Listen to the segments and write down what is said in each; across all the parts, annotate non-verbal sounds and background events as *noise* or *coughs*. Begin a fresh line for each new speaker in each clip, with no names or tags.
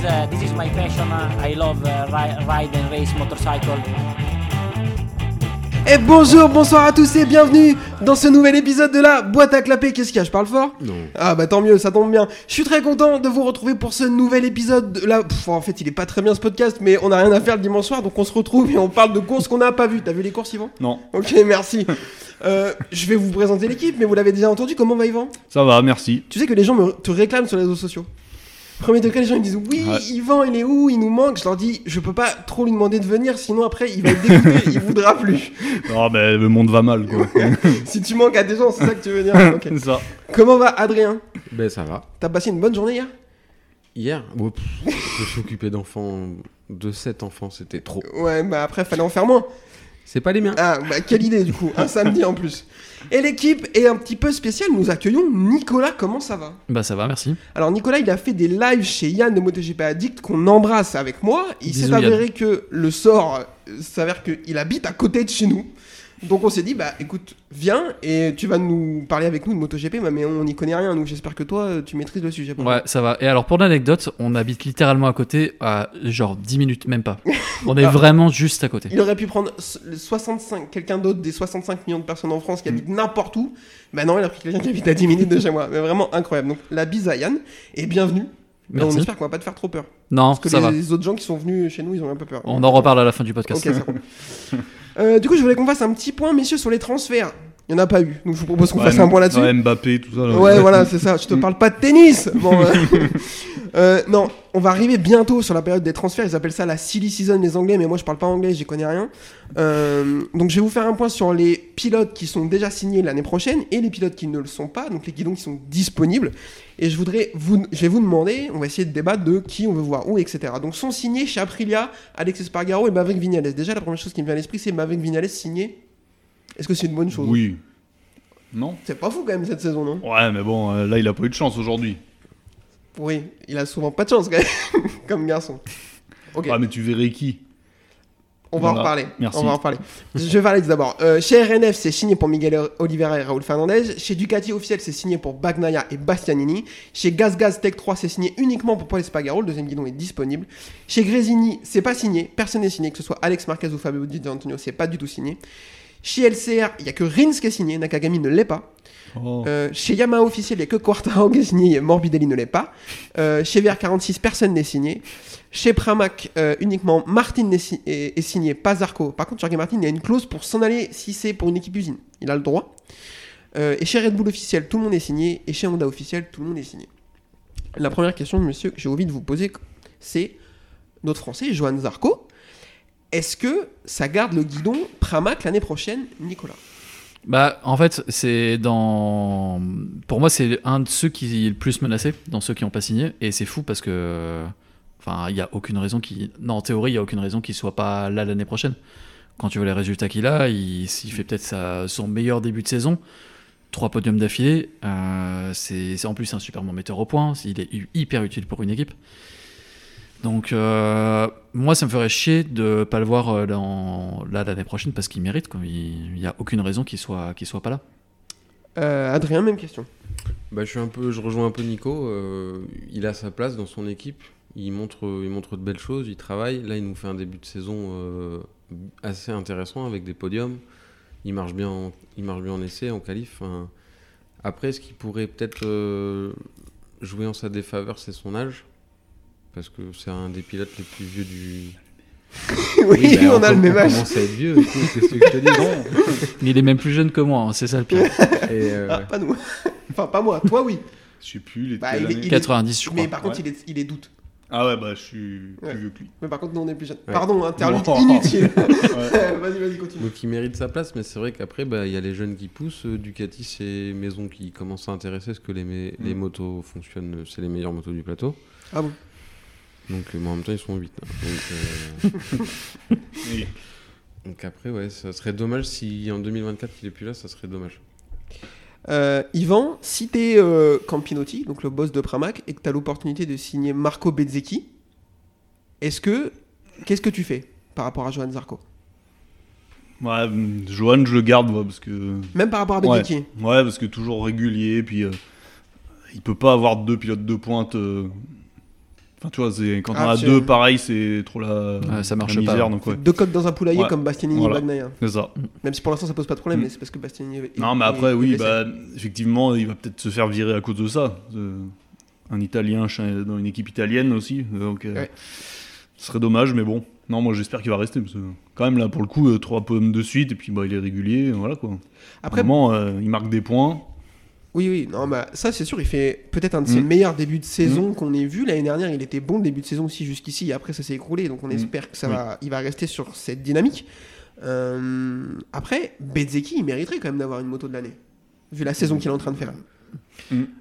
uh, this is my passion. I love uh, ri- ride and race motorcycle.
Et bonjour, bonsoir à tous et bienvenue dans ce nouvel épisode de la boîte à clapper. Qu'est-ce qu'il y a Je parle fort
Non.
Ah bah tant mieux, ça tombe bien. Je suis très content de vous retrouver pour ce nouvel épisode. de la- Pff, en fait, il est pas très bien ce podcast, mais on a rien à faire le dimanche soir, donc on se retrouve et on parle de courses qu'on n'a pas vues. T'as vu les courses, Yvan
Non.
Ok, *laughs* merci. Euh, je vais vous présenter l'équipe, mais vous l'avez déjà entendu. Comment va Yvan
Ça va, merci.
Tu sais que les gens me te réclament sur les réseaux sociaux. Premier degré, les gens ils disent oui,
Ouais.
Yvan, il est où Il nous manque. Je leur dis, je peux pas trop lui demander de venir, sinon après il va être dégoûté, il voudra plus.
Ah, ben le monde va
*laughs*
mal, quoi.
Si tu manques à des gens, c'est ça que tu veux
*laughs*
dire. Ok.
C'est ça.
Comment va Adrien
Ben ça va.
T'as passé une bonne journée hier
Hier, ouais, pff, je me suis occupé d'enfants, de 7 enfants, c'était trop.
Ouais, bah après, fallait en faire moins.
C'est pas les miens.
Ah, bah quelle idée du coup, un samedi en plus. Et l'équipe est un petit peu spéciale, nous accueillons Nicolas, comment ça va
Bah ça va, merci.
Alors Nicolas, il a fait des lives chez Yann de MotoGP Addict qu'on embrasse avec moi. Il
Bisous,
s'est avéré que le sort euh, s'avère qu'il habite à côté de chez nous. Donc on s'est dit, bah écoute, viens et tu vas nous parler avec nous de MotoGP, bah, mais on n'y connaît rien, donc j'espère que toi, euh, tu maîtrises le sujet.
Ouais, ça va. Et alors pour l'anecdote, on habite littéralement à côté, à genre 10 minutes, même pas. On est
Ah.
vraiment juste à côté.
Il aurait pu prendre s- le 65, quelqu'un d'autre des 65 millions de personnes en France qui
Mm.
habitent n'importe où. Bah non, il a pris quelqu'un qui habite
*laughs*
à 10 minutes de chez moi. Mais vraiment incroyable. Donc la bise à Yann et bienvenue. Mais on
Merci.
espère qu'on va pas te faire trop peur.
Non,
Parce que
ça
les,
va.
les autres gens qui sont venus chez nous, ils ont un peu peur.
On en reparle à la fin du
Ok,
podcast.
c'est bon. *laughs* Euh, du coup, je voulais qu'on fasse un petit point, messieurs, sur les transferts. Il n'y en a pas eu. Donc je vous propose qu'on fasse un point là-dessus.
Ouais, Mbappé, tout ça. là.
Ouais,
*laughs*
voilà, c'est ça. Je te parle pas de tennis. Bon, euh, euh, non, on va arriver bientôt sur la période des transferts. Ils appellent ça la silly season, les Anglais. Mais moi, je parle pas anglais, j'y connais rien. Euh, donc, je vais vous faire un point sur les pilotes qui sont déjà signés l'année prochaine et les pilotes qui ne le sont pas. Donc, les guidons qui sont disponibles. Et je voudrais vous, je vais vous demander, on va essayer de débattre de qui on veut voir où, etc. Donc, sont signés chez Aprilia, Alex Espargaro et Maverick Vignales. Déjà, la première chose qui me vient à l'esprit, c'est Maverick Vignales signé. Est-ce que c'est une bonne chose
Oui. Non
C'est pas fou quand même cette saison, non
Ouais, mais bon, euh, là, il a pas eu de chance aujourd'hui.
Oui, il a souvent pas de chance, quand même, *laughs* comme garçon. Ok,
Ah, mais tu verrais qui
on va en
voilà,
reparler.
merci.
On va en reparler. Je vais parler d'abord. Euh, chez RNF, c'est signé pour Miguel Oliveira et Raoul Fernandez. Chez Ducati officiel, c'est signé pour Bagnaia et Bastianini. Chez Gas Gas Tech 3, c'est signé uniquement pour Paul Espargaro. Le deuxième guidon est disponible. Chez Grésini, c'est pas signé. Personne n'est signé, que ce soit Alex Marquez ou Fabio Di Antonio, c'est pas du tout signé. Chez LCR, il y a que Rins qui est signé. Nakagami ne l'est pas.
Oh.
Euh, chez Yamaha officiel, il n'y a que Quartaro qui est *laughs* signé, Morbidelli ne l'est pas. Euh, chez VR46, personne n'est signé. Chez Pramac, euh, uniquement Martin n'est si- est, est signé, pas Zarco. Par contre, Jorge Martin, il y a une clause pour s'en aller si c'est pour une équipe usine. Il a le droit. Euh, et chez Red Bull officiel, tout le monde est signé. Et chez Honda officiel, tout le monde est signé. La première question, monsieur, que j'ai envie de vous poser, c'est notre Français, Johan Zarco. Est-ce que ça garde le guidon Pramac l'année prochaine, Nicolas
Bah en fait, c'est dans... Pour moi, c'est un de ceux qui est le plus menacé, dans ceux qui n'ont pas signé. Et c'est fou parce que... Enfin, il n'y a aucune raison qui... Non, en théorie, il n'y a aucune raison qu'il soit pas là l'année prochaine. Quand tu vois les résultats qu'il a, il, il fait peut-être sa- son meilleur début de saison. Trois podiums d'affilée. euh, c'est c'est en plus un super bon metteur au point. Il est hu- hyper utile pour une équipe. Donc, euh, moi, ça me ferait chier de pas le voir euh, dans- là l'année prochaine parce qu'il mérite. quoi. Il n'y a aucune raison qu'il soit, qu'il soit pas là.
Euh, Adrien, même question.
Bah je suis un peu, je rejoins un peu Nico. euh, il a sa place dans son équipe. Il montre, il montre de belles choses. Il travaille. Là, il nous fait un début de saison euh, assez intéressant avec des podiums. Il marche bien, en, il marche bien en essai, en qualif. Enfin, Après, ce qui pourrait peut-être euh, jouer en sa défaveur, c'est son âge, parce que c'est un des pilotes les plus vieux du.
Oui, *laughs* ben,
bah,
on a le
com-
même âge.
On commence à être vieux. écoute, Qu'est-ce que
*laughs*
je te dis non
Mais il est même plus jeune que moi, hein, c'est ça le pire.
Et, euh,
Ah, pas nous. *laughs* enfin, pas moi. Toi, oui.
Je sais plus, il est de
Bah,
quelle
il est- *laughs*
année
il-
90, je crois.
Mais par contre,
Ouais.
il, est, il est doute.
Ah, ouais, bah, je suis
Ouais.
plus vieux que lui.
Mais par contre, nous, on est plus jeunes.
Ouais.
Pardon, interlude
Oh.
inutile. *laughs*
Ouais.
vas-y, vas-y, continue.
Donc il mérite sa place, mais c'est vrai qu'après, bah, il y a les jeunes qui poussent. euh, Ducati, c'est maison qui commence à intéresser parce que les, mé-
Mm.
les motos fonctionnent, euh, c'est les meilleures motos du plateau.
Ah bon
Donc euh, mais en même temps, ils sont 8. Donc,
*laughs*
euh,
Oui.
donc après, ouais, ça serait dommage si en 2024 il est plus là, ça serait dommage.
Euh, Yvan, si t'es euh, Campinotti, donc le boss de Pramac, et que t'as l'opportunité de signer Marco Bezzecchi, est-ce que. Qu'est-ce que tu fais par rapport à Johan Zarco
Ouais, hum, Johan, je le garde, moi, parce que.
Même par rapport à
Ouais.
Bezzecchi
Ouais, parce que toujours régulier, puis euh, il peut pas avoir deux pilotes de pointe. euh, Enfin, tu vois, c'est- quand
Ah,
on a
c'est-
deux, pareil, c'est trop la,
Ouais, ça
la
marche
misère.
pas.
Donc, ouais.
Deux codes dans un poulailler
Ouais,
comme Bastianini
voilà.
et Bagnaia.
C'est ça.
Même si pour l'instant ça pose pas de problème,
Mm.
mais c'est parce que Bastianini. est-
Non, mais
est-
après,
est
oui,
blessé.
bah, effectivement, il va peut-être se faire virer à cause de ça. Euh, un Italien ch- dans une équipe italienne aussi, euh, donc euh,
Ouais.
ce serait dommage, mais bon. Non, moi j'espère qu'il va rester, parce que quand même, là, pour le coup, euh, trois pommes de suite, et puis bah, il est régulier, voilà quoi.
Après,
Vraiment, euh, il marque des points.
oui, oui, non, bah, ça c'est sûr, il fait peut-être un de ses
Mm.
meilleurs débuts de saison qu'on ait vu. L'année dernière, il était bon le début de saison aussi jusqu'ici, et après ça s'est écroulé, donc on
Mm.
espère que ça
Oui.
va, il va rester sur cette dynamique. Euh, après, Bezeki, il mériterait quand même d'avoir une moto de l'année, vu la
Mm.
saison qu'il est en train de faire.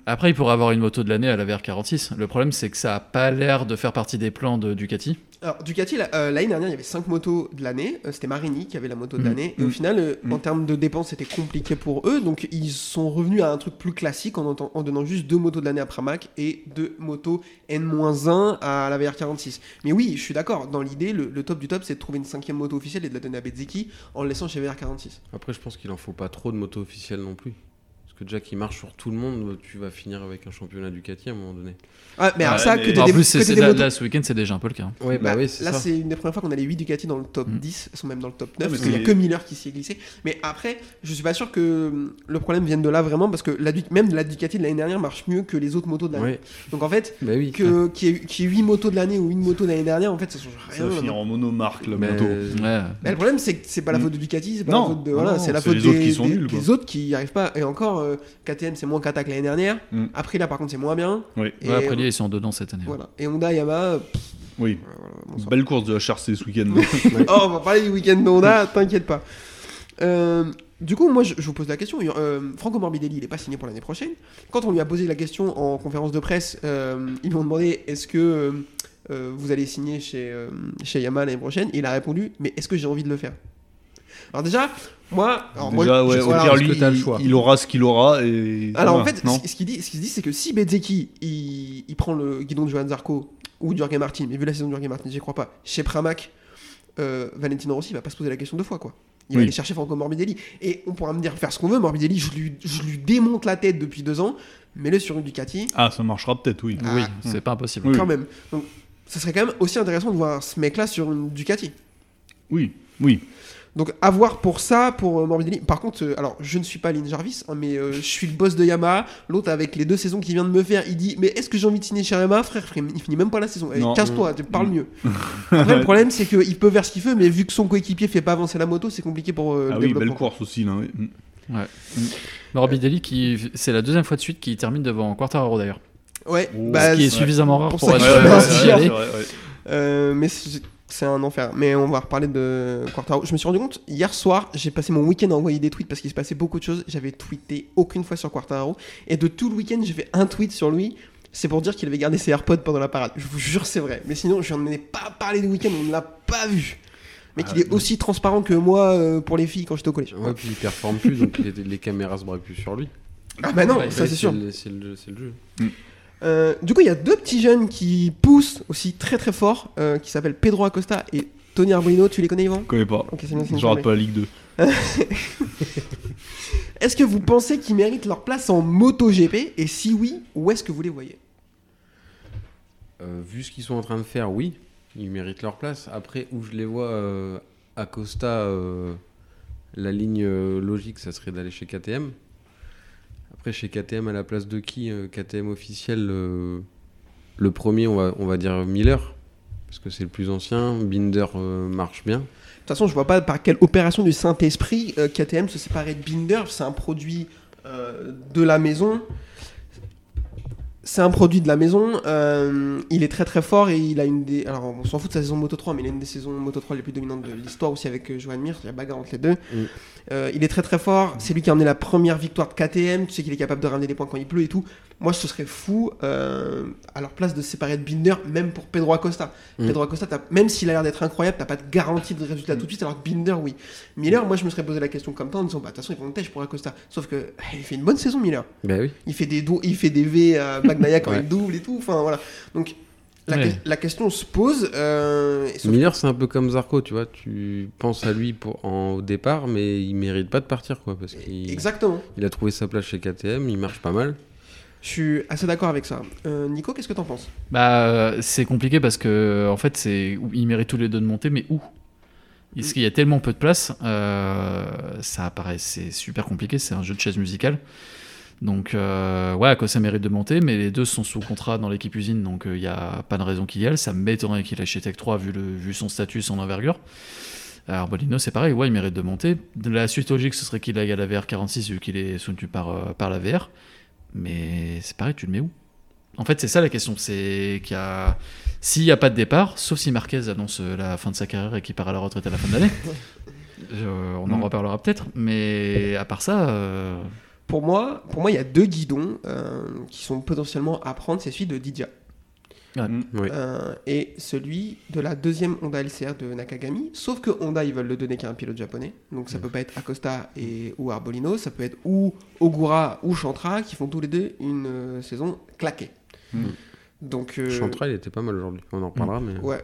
Après, il pourrait avoir une moto de l'année à la VR46. Le problème, c'est que ça a pas l'air de faire partie des plans de Ducati.
Alors, Ducati, la- euh, l'année dernière, il y avait 5 motos de l'année. Euh, c'était Marini qui avait la moto de
Mm.
l'année. Et au
Mm.
final, euh, en
Mm.
termes de dépenses, c'était compliqué pour eux. Donc, ils sont revenus à un truc plus classique en, enten- en donnant juste deux motos de l'année à Pramac et deux motos N-1 à la VR46. Mais oui, je suis d'accord. Dans l'idée, le, le top du top, c'est de trouver une cinquième moto officielle et de la donner à Bezzeki en le laissant chez VR46.
Après, je pense qu'il en faut pas trop de moto officielle non plus. Parce que Jack, il marche sur tout le monde, euh, tu vas finir avec un championnat Ducati à un moment donné.
Ah, mais alors
Ouais,
ça,
mais-
que des,
En plus,
que
c'est-
des
c'est là,
motos-
là, ce week-end, c'est déjà un peu le cas. hein.
Ouais, bah,
Bah,
oui, c'est
là,
ça.
c'est une des premières fois qu'on a les 8 Ducati dans le top
Mm.
10, elles sont même dans le top
Ah,
9,
mais
parce qu'il n'y a
c'est-
que Miller qui s'y est glissé. Mais après, je suis pas sûr que hum, le problème vienne de là vraiment, parce que la, Du- même la Ducati de l'année dernière marche mieux que les autres motos de l'année.
Ouais,
Donc en fait,
bah oui.
que- qu'il y, ait- qu'il y ait 8 motos de l'année ou une moto de l'année dernière, en fait, ça change
Ça
rien.
va finir en monomarque, la
Mais-
moto.
Ouais.
Bah, Mmh. Mais le problème, c'est que c'est pas la faute de Ducati, c'est pas
Non,
la faute de.
non,
Voilà,
non,
c'est la
c'est
faute
les autres
des-
qui sont
des-
nuls, quoi.
des autres qui n'y arrivent pas. Et encore, euh, KTM, c'est moins cata que l'année dernière.
Mm.
Aprilia, par contre, c'est moins bien.
Oui.
Et,
Ouais, après, Lia, ils sont dedans cette année. hein.
voilà. Et Honda, Yamaha. pff,
Oui,
voilà, Euh, bonsoir.
belle course de HRC ce week-end. *laughs*
Oh, on va parler du week-end d'Honda, t'inquiète pas. Euh, du coup, moi, je, je vous pose la question. Euh, Franco Morbidelli, il n'est pas signé pour l'année prochaine. Quand on lui a posé la question en conférence de presse, euh, ils lui ont demandé est-ce que euh, euh, vous allez signer chez, euh, chez Yamaha l'année prochaine Il a répondu mais est-ce que j'ai envie de le faire Alors déjà, moi, alors moi,
Déjà,
je-
ouais,
voilà.
au pire,
parce que
lui,
t'as le
il-
choix.
il aura ce qu'il aura. Et...
Alors en
voilà,
fait,
Ah non
ce, ce qu'il dit, ce qu'il dit, c'est que si Bezzeki il, il prend le guidon de Johan Zarco ou Jorge Martin, mais vu la saison de Jorge Martin, j'y crois pas, chez Pramac, euh, Valentino Rossi il va pas se poser la question deux fois quoi. Il va
Oui.
aller chercher Franco Morbidelli. Et on pourra me dire faire ce qu'on veut, Morbidelli, je lui, je lui démonte la tête depuis deux ans, mets-le sur une Ducati,
Ah, ça marchera peut-être, oui.
Oui,
Ah.
c'est pas impossible.
Oui.
quand même. Donc ça serait quand même aussi intéressant de voir ce mec là sur une Ducati.
Oui, oui.
Donc à voir pour ça, pour euh, Morbidelli. Par contre, euh, alors je ne suis pas Lynn Jarvis, hein, mais euh, je suis le boss de Yamaha. L'autre avec les deux saisons qu'il vient de me faire, il dit mais est-ce que j'ai envie de signer chez Yamaha, frère, frère, Il finit même pas la saison. Allez,
Non. Mm.
Casse-toi, tu parles
*laughs*
mieux. Après le problème c'est qu'il peut faire ce qu'il veut, mais vu que son coéquipier fait pas avancer la moto, c'est compliqué pour euh,
Ah
le
oui, belle
développement.
course aussi. Là, oui. Mm.
Morbidelli, qui... c'est la deuxième fois de suite qu'il termine devant Quartararo d'ailleurs.
ouais,
Oh.
bah,
ce qui est
c'est-
suffisamment rare
pour
pour,
ça
être
qu'il
euh,
va
d'y
partir.
aller.
c'est vrai, ouais.
euh, mais c'est c'est un enfer. Mais on va reparler de Quartaro. Je me suis rendu compte hier soir, j'ai passé mon week-end à envoyer des tweets parce qu'il se passait beaucoup de choses. J'avais tweeté aucune fois sur Quartaro et de tout le week-end, j'ai fait un tweet sur lui. C'est pour dire qu'il avait gardé ses AirPods pendant la parade. Je vous jure, c'est vrai. Mais sinon, je n'en ai pas parlé du week-end, on ne l'a pas vu. Mais qu'il est aussi transparent que moi euh, pour les filles quand j'étais au collège.
Ah, Ouais, puis il performe plus, donc les, les caméras se braquent plus sur lui.
Ah bah non,
Ouais,
ça c'est sûr.
le- C'est le, c'est le jeu.
Euh, du coup, il y a deux petits jeunes qui poussent aussi très très fort, euh, qui s'appellent Pedro Acosta et Tony Arbolino. Tu les connais, Yvan
Je connais pas.
Ok, c'est bien, c'est
Je
bien.
rate pas la Ligue 2.
Est-ce que vous pensez qu'ils méritent leur place en MotoGP Et si oui, où est-ce que vous les voyez
Euh, vu ce qu'ils sont en train de faire, oui, ils méritent leur place. Après, où je les vois euh, à Costa, euh, la ligne euh, logique, ça serait d'aller chez KTM. Après, chez KTM, à la place de qui euh, KTM officiel, euh, le premier, on va, on va dire Miller, parce que c'est le plus ancien. Binder euh, marche bien.
De toute façon, je vois pas par quelle opération du Saint-Esprit euh, KTM se séparait de Binder. C'est un produit euh, de la maison. C'est un produit de la maison. euh, il est très très fort et il a une des. Alors, on s'en fout de sa saison Moto 3, mais il a une des saisons Moto 3 les plus dominantes de l'histoire aussi avec euh, Johan Mir. Il y a bagarre entre les deux.
Oui.
Euh, il est très très fort. C'est lui qui a emmené la première victoire de KTM. Tu sais qu'il est capable de ramener des points quand il pleut et tout. Moi, ce serait fou euh, à leur place de se séparer de Binder, même pour Pedro Acosta.
Mm.
Pedro Acosta, t'as- même s'il a l'air d'être incroyable, t'as pas de garantie de résultat tout de suite, alors que Binder, oui. Miller, moi, je me serais posé la question comme toi en disant, bah, de toute façon, ils vont le têche pour Acosta. Sauf que eh, il fait une bonne saison, Miller.
Ben oui.
Il fait des, dou- il fait des V à Bagnaia quand
Ouais.
il double et tout. Enfin, voilà. Donc, la,
Ouais.
que- la question se pose. euh, et sauf-
Miller, c'est un peu comme Zarco, tu vois. Tu penses à lui pour, en, au départ, mais il mérite pas de partir, quoi, parce qu'il
Exactement.
il a trouvé sa place chez KTM, il marche pas mal.
Je suis assez d'accord avec ça. Euh, Nico, qu'est-ce que t'en penses
Bah, euh, c'est compliqué parce que en fait, c'est ils méritent tous les deux de monter, mais où Parce qu'il y a tellement peu de place, euh, ça apparaît, c'est super compliqué. C'est un jeu de chaise musicale. Donc, euh, ouais, Akosa mérite de monter, mais les deux sont sous contrat dans l'équipe usine, donc euh, il n'y a pas de raison qu'il y aille. Ça m'étonnerait qu'il achète Tech 3 vu, le, vu son statut, son envergure. Alors, Bolino, c'est pareil, ouais, il mérite de monter. De la suite logique, ce serait qu'il aille à la VR 46 vu qu'il est soutenu par, euh, par la VR. Mais c'est pareil, tu le mets où En fait, c'est ça la question. C'est qu'il y a. S'il n'y a pas de départ, sauf si Marquez annonce euh, la fin de sa carrière et qu'il part à la retraite à la
*laughs*
fin de l'année, euh, on en reparlera peut-être. Mais à part ça, euh,
Pour moi, pour moi, il y a deux guidons euh, qui sont potentiellement à prendre. C'est celui de Didia
Mm. Oui.
euh, et celui de la deuxième Honda LCR de Nakagami. Sauf que Honda, ils veulent le donner qu'à un pilote japonais. Donc
Mm.
ça peut pas être Acosta et, ou Arbolino. Ça peut être ou Ogura ou Chantra qui font tous les deux une euh, saison claquée.
Mm.
Donc euh,
Chantra, il était pas mal aujourd'hui. On en reparlera, mais.
ouais.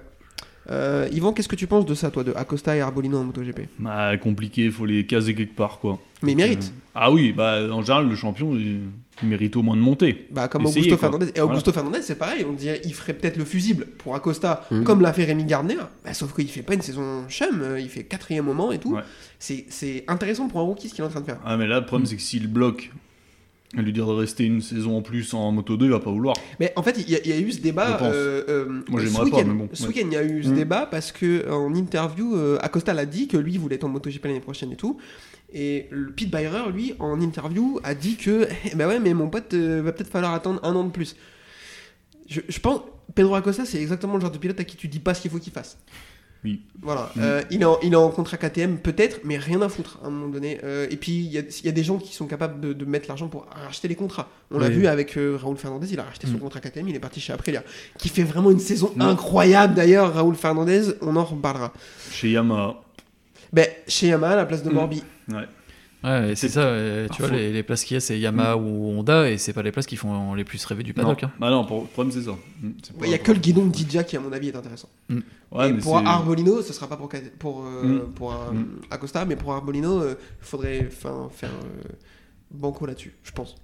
Euh, Yvan, qu'est-ce que tu penses de ça, toi, de Acosta et Arbolino en MotoGP
Bah, compliqué, faut les caser quelque part, quoi.
Mais ils méritent.
Ah oui, bah, en général, le champion, il il mérite au moins de monter.
Bah, comme
Essayez,
Augusto
quoi.
Fernandez. Et Augusto Fernandez, c'est pareil, on dirait il ferait peut-être le fusible pour Acosta,
Mm.
Mhm.
comme l'a fait Rémi Gardner, Bah, sauf qu'il fait pas une saison chum, euh, il fait quatrième moment et tout.
Ouais.
C'est- C'est intéressant pour un rookie ce qu'il est en train de faire.
Ah, mais là, le problème, c'est que s'il bloque, à lui dire de rester une saison en plus en moto 2, il va pas vouloir.
Mais en fait, il y, a- il y a eu ce débat.
Je pense.
euh, euh,
Moi,
ce
j'aimerais pas,
week-end.
mais bon,
Ce
ouais.
week-end, il y a eu ce
Mhm.
débat parce que euh, en interview, euh, Acosta l'a dit que lui voulait être en MotoGP l'année prochaine et tout. Et le Pete Byrer, lui, en interview, a dit que *laughs* eh ben ouais, mais mon pote euh, va peut-être falloir attendre un an de plus. Je, je pense Pedro Acosta, c'est exactement le genre de pilote à qui tu dis pas ce qu'il faut qu'il fasse.
Oui.
Voilà.
Mhm.
Euh, il, est en, il est en contrat KTM peut-être, mais rien à foutre à un moment donné. Euh, et puis il y, a- il y a des gens qui sont capables de, de mettre l'argent pour racheter les contrats. On l'a
Oui.
vu avec euh, Raoul Fernandez, il a racheté son
Mm.
Mhm.
contrat KTM, il est parti chez Aprilia, qui fait vraiment une saison incroyable d'ailleurs. Raoul Fernandez, on en reparlera.
Chez Yamaha.
Ben, chez Yamaha, à la place de
Mhm.
Morbi.
Ouais, et c'est
C'est-
ça, euh, tu vois,
Parfois.
les, les places qu'il y a, c'est Yamaha ou Honda, et c'est pas les places qui font les plus rêver du paddock. hein.
Bah non, pour- le problème, c'est ça. Mm, c'est
Il
pas-
y a que le guidon de Didja qui, à mon avis, est intéressant.
Ouais,
et
mais
pour
c'est-
Arbolino, ce sera pas pour, Cat- pour, euh,
Mhm.
pour euh,
Mhm.
Acosta, mais pour Arbolino, il faudrait enfin, faire euh, banco là-dessus, je pense.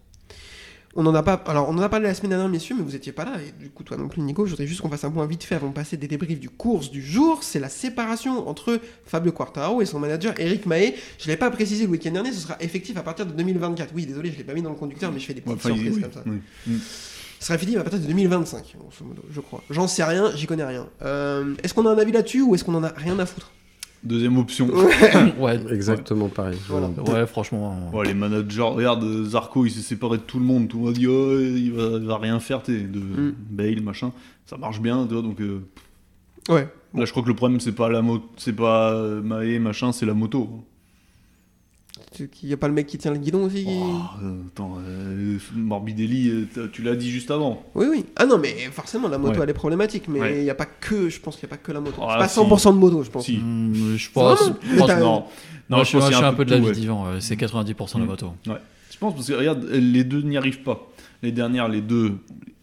On en a pas. Alors, on en a parlé la semaine dernière, messieurs, mais vous étiez pas là. Et du coup, toi non plus, Nico, je voudrais juste qu'on fasse un point vite fait avant de passer des débriefs du course du jour. C'est la séparation entre Fabio Quartaro et son manager Eric Mahé. Je l'ai pas précisé le week-end dernier. Ce sera effectif à partir de 2024. Oui, désolé, je l'ai pas mis dans le conducteur, mais je fais des
Ouais,
petites
enfin, il-
surprises
oui,
comme ça.
oui.
Ce sera fini à partir de 2025, grosso modo, je crois. J'en sais rien, j'y connais rien. Euh, est-ce qu'on a un avis là-dessus ou est-ce qu'on en a rien à foutre
Deuxième option.
hein.
*coughs*
ouais,
Exactement pareil.
Voilà.
ouais, franchement. hein.
Ouais, Oh, les managers, regarde, euh, Zarco, il s'est séparé de tout le monde. Tout le monde a dit, oh, il va, il va rien faire, t'es, de
Mm.
Bale, machin. Ça marche bien, tu vois, donc. euh,
Ouais.
Là, je crois que le problème, c'est pas la moto, c'est pas euh, Maé, machin, c'est la moto.
Il n'y a pas le mec qui tient le guidon aussi qui-
Oh, euh, attends, euh, Morbidelli, euh, t'as- tu l'as dit juste avant.
Oui, oui. Ah non, mais forcément, la moto,
Ouais.
elle est problématique, mais il
Ouais.
n'y a pas que, je pense qu'il n'y a pas que la moto.
Ah,
c'est pas
si.
100% de moto, je pense.
Si.
Hum, je
Vraiment
pense. je pense-
t'as-
non,
non,
non,
je, suis- je
qu'il y a
suis un peu de la vie
ouais.
d'Ivan, euh, c'est 90% de la
Mm.
moto.
Je pense parce que regarde, les deux n'y arrivent pas. Les dernières, les deux,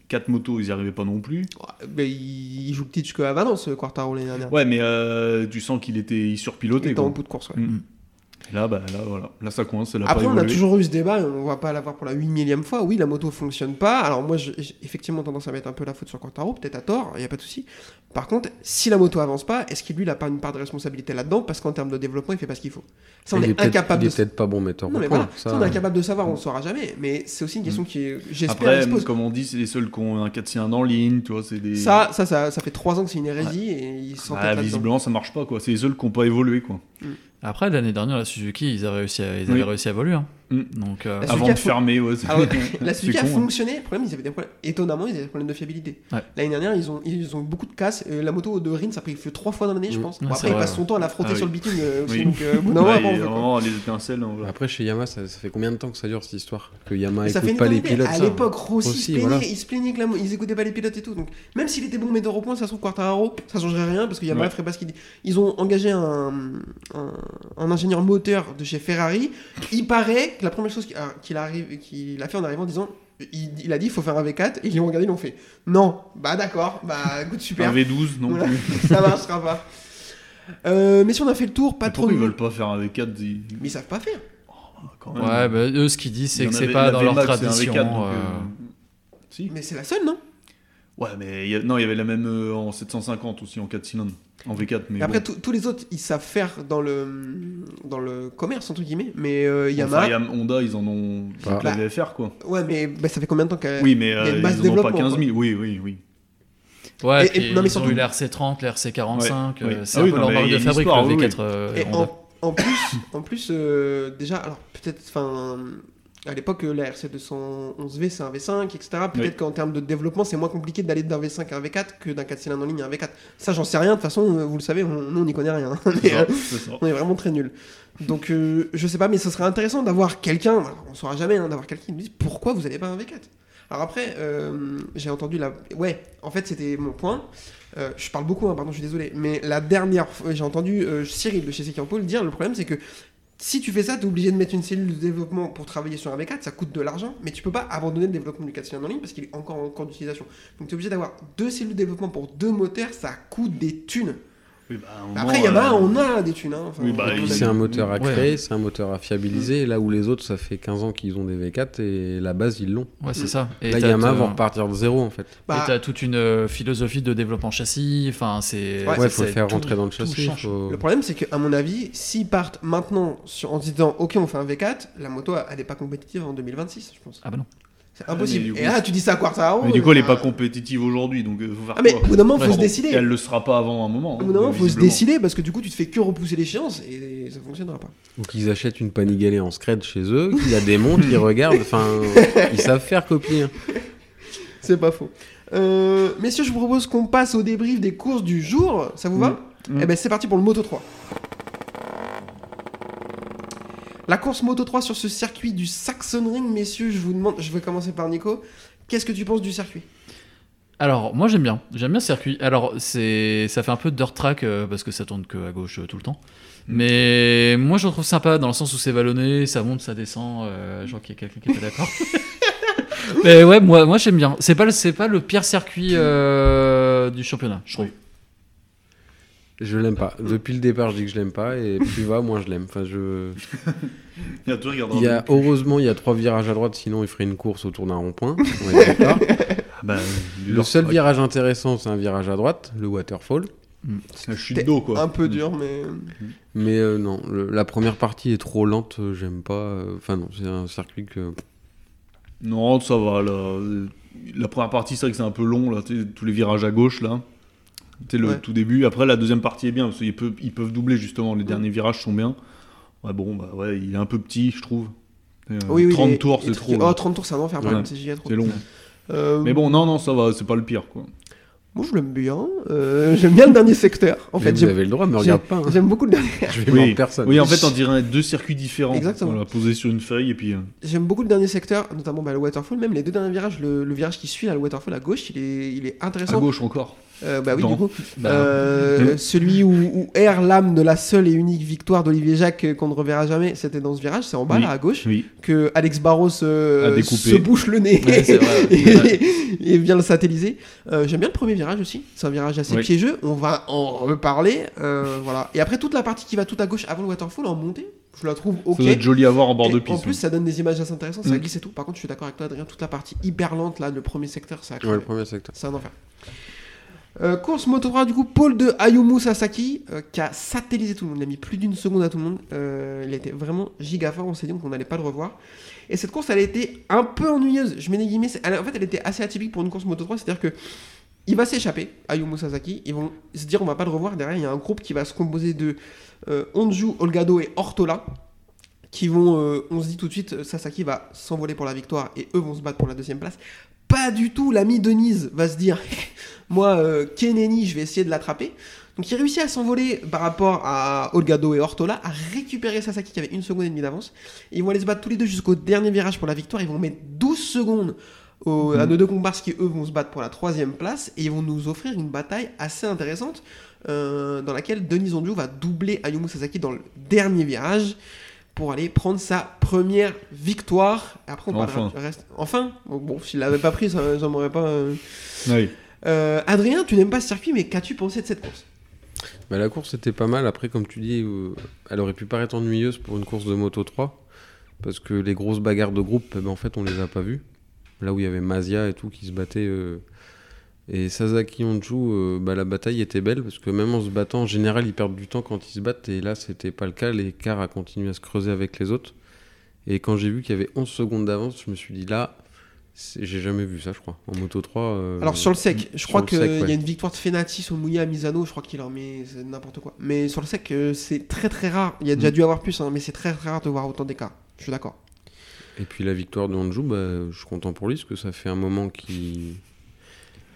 quatre motos, ils n'y arrivaient pas non plus.
Ouais, Mais il il joue petit jusqu'à Valence, euh, Quartaro, l'année dernière.
Ouais, mais euh, tu sens qu'il était
il
surpiloté.
était en
Quoi.
bout de course, ouais.
Et Là, bah, là, voilà. Là, ça coince. Elle a
Après,
pas
on a
évolué.
toujours eu ce débat, et on va pas l'avoir pour la 8 millième fois. Oui, la moto fonctionne pas. Alors, moi, je- j'ai effectivement tendance à mettre un peu la faute sur Quartaro, peut-être à tort, il n'y a pas de souci. Par contre, si la moto avance pas, est-ce qu'il lui, il a pas une part de responsabilité là-dedans Parce qu'en termes de développement, il fait pas ce qu'il faut. Ça, on
Il
est,
peut-être-
incapable
Il
de
est peut-être pas bon metteur
Non,
au
mais
point.
voilà,
ça, hein.
ça, on est incapable de savoir, on ne saura jamais. Mais c'est aussi une question qui est, j'espère, elle
Après, mm,
se pose.
comme on dit, c'est les seuls qui ont un 4 cylindres en ligne. Tu vois, c'est des.
Ça, ça, ça, ça fait 3 ans que c'est une hérésie et ils sont
Ah, visiblement, ça marche pas. quoi. C'est les seuls qui n'ont pas évolué. quoi.
Après, l'année dernière, la Suzuki, ils avaient réussi à, ils
Oui.
avaient réussi à évoluer. hein.
Mm.
Donc, euh,
La Suzuki
Avant
Bah, a Ah
de
fou-
fermer, ouais. c'est- *laughs*
La
c'est
Suzuki a
con, hein.
fonctionné, le problème, ils avaient des problèmes. Étonnamment, ils avaient des problèmes de fiabilité.
Ouais.
L'année dernière, ils ont, ils ont eu beaucoup de casses. Euh, la moto de Rins a pris feu 3 fois dans l'année, je
Mm.
pense. Bon,
Ouais,
après,
c'est
il
vrai,
passe son temps à la frotter
Ah
sur le bitume. euh, aussi,
Oui.
donc,
*laughs*
euh, au bout d'un moment,
Ouais,
après, on
et
fait quoi.
vraiment, les étincelles. hein, voilà.
Après, chez Yamaha, ça, ça fait combien de temps que ça dure cette histoire Que Yamaha
Mais ça fait
écoute
une
Ah, pas les
énorme idée.
pilotes
À
ça.
l'époque, Rossi
Aussi,
se plaignait,
voilà.
il se plaignait que la mo- ils écoutaient pas les pilotes et tout. Donc, même s'il était bon metteur au point, ça se trouve Quartararo, ça changerait rien parce qu'il y a
Ouais.
pas ferait pas ce qu'il dit. Ils ont engagé un, un, un ingénieur moteur de chez Ferrari. Il paraît que la première chose qu'il a, qu'il arrive- qu'il a fait en arrivant en disant. Il, il a dit il faut faire un V4 et ils l'ont regardé ils l'ont fait non bah d'accord bah écoute
Un
super
V12, non
Voilà, *laughs* ça marchera pas euh, mais si on a fait le tour pas
Mais
trop
Pourquoi
de-
ils veulent pas faire un V4 ils-
mais ils savent pas faire
quand
ouais,
même.
hein,
bah, eux, ce qu'ils disent,
Il y
c'est
en
que c'est
avait-
pas
la
dans leur
VMAX, c'est un
tradition.
V4, donc,
euh,
euh, Si.
Mais c'est la seule, non
Ouais, mais il y a- non, il y avait la même euh, en 750 aussi, en 4 cylindres, en V4. Mais
Et Après,
bon.
tous- tous les autres, ils savent faire dans le, dans le commerce, entre guillemets. Mais euh,
Enfin,
Yamaha.
il y a Honda, ils en ont.
Bah.
La VFR, quoi.
Ouais, mais bah, ça fait combien de temps qu'elle.
Oui, mais
y a une
euh,
masse
ils en ont pas
développement,
15 000. Oui, oui, oui.
Et-
Ouais,
et-
puis
non, mais
ils ont
surtout-
eu l'RC30, l'RC45,
euh. Ouais,
euh,
oui.
c'est
Ah
un
oui,
peu
non,
leur
mais
marque
il y a
de
une
fabrique,
histoire, oui,
le V4
oui.
euh,
Et
Honda.
en, en plus, en plus euh, déjà, alors peut-être, enfin, à l'époque, euh, la RC211V, c'est un V5, etc. Peut-être
Oui.
qu'en termes de développement, c'est moins compliqué d'aller d'un V5 à un V4 que d'un 4 cylindres en ligne à un V4. Ça, j'en sais rien. De toute façon, euh, vous le savez, on, nous, on n'y connaît rien. *laughs*
C'est
Mais, euh,
ça, c'est ça.
on est vraiment très nuls. Donc, euh, je sais pas, mais ce serait intéressant d'avoir quelqu'un, alors, on saura jamais, hein, d'avoir quelqu'un qui nous dise pourquoi vous n'allez pas à un V4. Alors après, euh, j'ai entendu la. Ouais, en fait, c'était mon point. Euh, je parle beaucoup, hein, pardon, je suis désolé. Mais la dernière fois, j'ai entendu euh, Cyril de chez Sekiampo le dire le problème, c'est que si tu fais ça, t'es obligé de mettre une cellule de développement pour travailler sur un V4, ça coûte de l'argent, mais tu peux pas abandonner le développement du 4 cylindres en ligne parce qu'il est encore en cours d'utilisation. Donc, t'es obligé d'avoir deux cellules de développement pour deux moteurs, ça coûte des thunes.
Oui, bah, à un
Bah
moment,
Après, il y en a,
euh,
on a des thunes. Hein. Enfin,
Oui, bah,
on a
Et puis,
ils-
des-
c'est un moteur à
Ouais.
créer, c'est un moteur à
Mm.
fiabiliser. Là où les autres, ça fait 15 ans qu'ils ont des V4 et la base, ils l'ont.
Ouais, c'est ça. Et
Là,
t'as-
Yamaha
t'as-
va repartir de zéro en fait.
et
Bah,
t'as toute une euh, philosophie de développement châssis. Enfin,
Ouais,
c'est. ça,
faut le
c'est
faire
tout-
rentrer dans le
tout
châssis.
change.
faut-
le problème, c'est qu'à mon avis, s'ils partent maintenant sur, en se disant OK, on fait un V4, la moto, elle n'est pas compétitive en 2026, je pense.
Ah bah non.
C'est
Ah, mais du
impossible.
coup-
Et là, tu dis ça à Quartaro.
Mais du coup, elle est pas
compétitive.
compétitive aujourd'hui, donc euh, faut faire
euh, Ah, mais au
quoi
bout d'un moment,
Ouais,
faut se
bon.
Et
décider.
Elle le sera pas avant un moment.
Au
hein,
bout d'un moment, faut se
visiblement.
décider parce que du coup, tu te fais que repousser l'échéance et ça fonctionnera pas.
Ou qu'ils achètent une panigale en scred chez eux, qu'ils la démontent, ils regardent. Enfin, ils savent faire copier. hein.
C'est pas faux. Euh, messieurs, je vous propose qu'on passe au débrief des courses du jour. Ça vous va
Mm.
Eh ben, c'est parti pour le Moto 3. La course Moto 3 sur ce circuit du Saxon Ring, messieurs, je vous demande, je vais commencer par Nico. Qu'est-ce que tu penses du circuit
Alors, moi, j'aime bien. J'aime bien ce circuit. Alors, c'est, ça fait un peu de dirt track euh, parce que ça tourne que à gauche euh, tout le temps.
Mm.
Mais moi, je le trouve sympa dans le sens où c'est vallonné, ça monte, ça descend. euh, je vois qu'il y a quelqu'un qui est pas d'accord. Mais ouais, moi, moi j'aime bien. C'est pas, le- c'est pas le pire circuit euh, du championnat, je trouve.
Je l'aime pas. Depuis le départ, je dis que je l'aime pas. Et plus va, moins je l'aime. Enfin, je.
Il y a tout regardant.
Il y a, heureusement, il y a trois virages à droite, sinon il ferait une course autour d'un rond-point. On est d'accord.
Bah,
le seul
virage.
virage intéressant, c'est un virage à droite, le waterfall.
La chute d'eau, quoi.
Un peu dur, mais.
Mais euh, non, le- la première partie est trop lente, euh, j'aime pas. euh, Enfin, non, c'est un circuit que.
Non, ça va. Là. La première partie, c'est vrai que c'est un peu long, là, tu sais, tous les virages à gauche, là. Tu sais, le
Ouais.
tout début. Après, la deuxième partie est bien, parce qu'ils peuvent, ils peuvent doubler, justement.
Mm.
Les derniers virages sont bien. Ouais, bon, bah ouais, il est un peu petit, je trouve. Euh,
Oui, oui,
30
les-
tours,
les
c'est
trucs-
trop.
Oh,
là.
30 tours, c'est un enfer, par
Ouais.
exemple, c'est giga trop.
C'est long.
Euh,
Mais bon, non, non, ça va, c'est pas le pire, quoi.
Moi, je l'aime bien. Euh, *laughs* j'aime bien le dernier secteur. En
Mais
fait,
vous
j'aime
avez le droit, me regarde pas. hein.
j'aime beaucoup le dernier.
Je vais
Oui.
voir personne.
Oui, en fait, on dirait deux circuits différents.
Exactement.
Voilà, posés sur une feuille, et puis. euh,
J'aime beaucoup le dernier secteur, notamment bah, le waterfall, même les deux derniers virages, le, le virage qui suit, là, le waterfall à gauche, il est, il est
à
intéressant.
gauche Mmh. encore.
Euh, bah oui,
Non.
du coup.
Bah,
Euh, celui où, où erre l'âme de la seule et unique victoire d'Olivier Jacques euh, qu'on ne reverra jamais, c'était dans ce virage, c'est en bas
Oui.
là à gauche,
Oui.
que Alex Barros euh,
A découpé.
se bouche le nez
Ouais, c'est vrai.
*laughs* et, et vient le satelliser. Euh, J'aime bien le premier virage aussi, c'est un virage assez
Oui.
piégeux, on va en reparler. euh, voilà. Et après, toute la partie qui va tout à gauche avant le waterfall en montée, je la trouve ok.
Ça doit être joli à voir en bord
Et
de piste. hein.
en plus, ça donne des images assez intéressantes, ça
Mm.
glisse et tout. Par contre, je suis d'accord avec toi, Adrien, toute la partie hyper lente là, le premier secteur, ça a
Ouais, le premier secteur.
c'est un enfer. Euh, course moto 3 du coup, Paul de Ayumu Sasaki euh, qui a satellisé tout le monde, il a mis plus d'une seconde à tout le monde, Euh, il était vraiment giga fort, on s'est dit qu'on n'allait pas le revoir. Et cette course elle a été un peu ennuyeuse, je mets des guillemets, c'est- elle- en fait elle était assez atypique pour une course moto 3, c'est-à-dire que il va s'échapper, Ayumu Sasaki, ils vont se dire on va pas le revoir, derrière il y a un groupe qui va se composer de euh, Onju, Olgado et Ortola qui vont, euh, on se dit tout de suite, euh, Sasaki va s'envoler pour la victoire et eux vont se battre pour la deuxième place. Pas du tout, l'ami Denise va se dire, moi, euh, Keneni, je vais essayer de l'attraper. Donc il réussit à s'envoler par rapport à Olgado et Ortola, à récupérer Sasaki qui avait une seconde et demie d'avance. Et Ils vont aller se battre tous les deux jusqu'au dernier virage pour la victoire. Ils vont mettre 12 secondes au- à nos deux comparses qui, eux, vont se battre pour la troisième place. Et ils vont nous offrir une bataille assez intéressante euh, dans laquelle Denis Onju va doubler Ayumu Sasaki dans le dernier virage pour aller prendre sa première victoire. Et après, on parlera
Enfin.
du reste. Enfin, bon, bon, s'il l'avait pas pris, ça, ça m'aurait pas... euh,
Oui.
euh, Adrien, tu n'aimes pas ce circuit, mais qu'as-tu pensé de cette course
Bah, la course était pas mal. Après, comme tu dis, euh, elle aurait pu paraître ennuyeuse pour une course de moto 3. Parce que les grosses bagarres de groupe, eh ben, en fait, on les a pas vues. là où il y avait Mazia et tout qui se battait. euh, et Sasaki Honchu, euh, bah, la bataille était belle parce que même en se battant, en général, ils perdent du temps quand ils se battent. Et là, c'était pas le cas. L'écart a continué à se creuser avec les autres. Et quand j'ai vu qu'il y avait 11 secondes d'avance, je me suis dit là, c'est- j'ai jamais vu ça, je crois. En moto 3. euh,
Alors sur le sec, je
sur
crois
le
qu'il
sec,
y a
ouais.
une victoire de Fenatis au Mouilla à Misano, je crois qu'il en met c'est n'importe quoi. Mais sur le sec, euh, c'est très très rare. Il y a
Mm.
déjà dû avoir plus, hein, mais c'est très très rare de voir autant d'écart. Je suis d'accord.
Et puis la victoire de Honju, bah, je suis content pour lui parce que ça fait un moment qu'il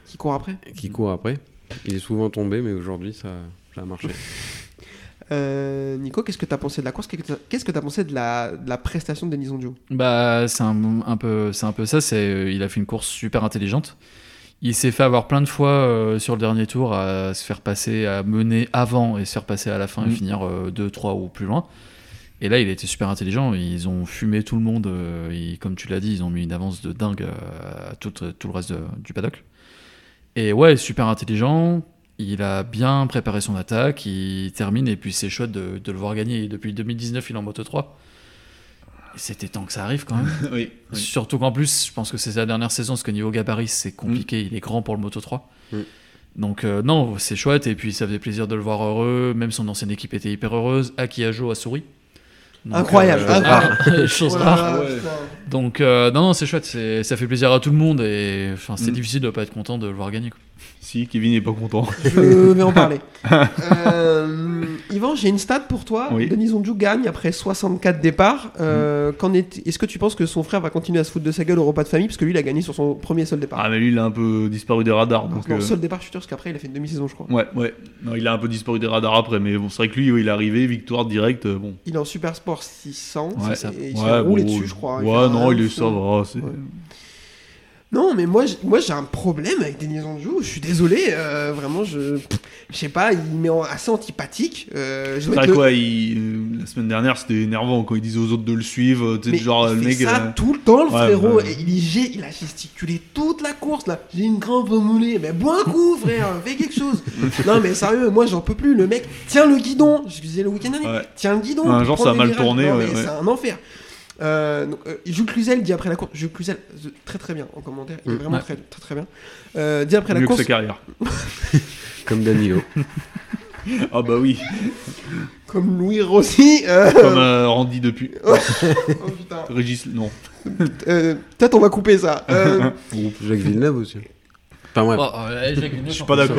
Qui court après
qu'il court après. Il est souvent tombé, mais aujourd'hui, ça, ça a marché.
Euh, Nico, qu'est-ce que t'as pensé de la course Qu'est-ce que t'as- qu'est-ce que t'as pensé de la, de la prestation de Denis Ondio
Bah, c'est un, un peu, c'est un peu ça. C'est, euh, il a fait une course super intelligente. Il s'est fait avoir plein de fois euh, sur le dernier tour à se faire passer, à mener avant et se faire passer à la fin et
Mm.
finir 2, 3 ou plus loin. Et là, il était super intelligent. Ils ont fumé tout le monde. euh, ils- comme tu l'as dit, ils ont mis une avance de dingue euh, à tout, tout le reste de- du paddock. Et ouais, super intelligent. Il a bien préparé son attaque. Il termine et puis c'est chouette de, de le voir gagner. Et Depuis 2019, il est en moto 3. C'était temps que ça arrive quand même.
oui, oui.
Surtout qu'en plus, je pense que c'est sa dernière saison, parce que niveau gabarit, c'est compliqué, il est grand pour le Moto 3.
Mm.
Donc euh, non, c'est chouette, et puis ça faisait plaisir de le voir heureux, même son ancienne équipe était hyper heureuse, Aki Ajo a souri. Donc,
Incroyable,
euh,
incroyable.
ah, *laughs* chose
Oh là
rare.
là,
Ouais.
putain.
Donc euh, non, non, c'est chouette, c'est- ça fait plaisir à tout le monde, et enfin, c'est
Mm.
difficile de pas être content de le voir gagner. quoi.
Si, Kevin n'est pas content.
Je vais en
*laughs*
parler. Euh, Yvan, j'ai une stat pour toi.
Oui. Mhm.
Denis Ondiou gagne après 64 départs. Euh, qu'en est... Est-ce que tu penses que son frère va continuer à se foutre de sa gueule au repas de famille Parce que lui, il a gagné sur son premier seul départ.
Ah, mais lui, il a un peu disparu des radars.
non,
Donc,
non,
euh,
seul départ, je suis sûr, parce qu'après, il a fait une demi-saison, je crois.
Ouais, ouais. Non, il a un peu disparu des radars après, mais bon, c'est vrai que lui, ouais, il est arrivé, victoire directe. euh, Bon.
Il est en Super Sport 600.
Ouais,
ça.
Et il s'est
Ouais,
roulé
bon,
dessus, je crois. hein. fait
Ouais,
un
non, il est
fou.
ça va. c'est-
Ouais. Non, mais moi, j'ai- moi j'ai un problème avec Denis Anjou. Je suis désolé, euh, vraiment, je je sais pas, il m'est en- assez antipathique. Euh, je
C'est
dois
vrai
être le-
quoi, il- euh, la semaine dernière c'était énervant quand il disait aux autres de le suivre, euh, tu
Mais
sais, genre
il
le
fait
mec.
ça
euh,
tout le temps, le
ouais,
frérot.
ouais, ouais.
Et il, y gé- il a gesticulé toute la course là. J'ai une crampe au mollet. Mais bois un coup, frère, *laughs* fais quelque chose. non, mais sérieux, moi j'en peux plus. Le mec, tiens le guidon. Je disais le week-end dernier,
Ouais.
tiens le guidon.
Ouais,
pour
genre,
prendre
ça a
des
mal
virages.
tourné,
Non,
ouais,
mais
ouais.
C'est un enfer. Euh, donc, euh, Jules Cluzel dit après la course, Jules Cluzel, euh, très très bien en commentaire, il est
Mm,
vraiment
ouais.
très, très très bien. Euh, dit après la
Mieux que
course,
sa carrière.
*laughs* Comme Danilo.
Ah bah
*laughs*
oui,
comme Louis Rossi, euh,
comme euh, Randy depuis.
*laughs* oh, putain.
Régis, non.
Euh, peut-être on va couper ça.
*laughs*
Euh,
Ou Jacques Villeneuve aussi. Enfin, bref.
Oh, oh, là, Jacques Villeneuve,
Je suis
en
pas
fait,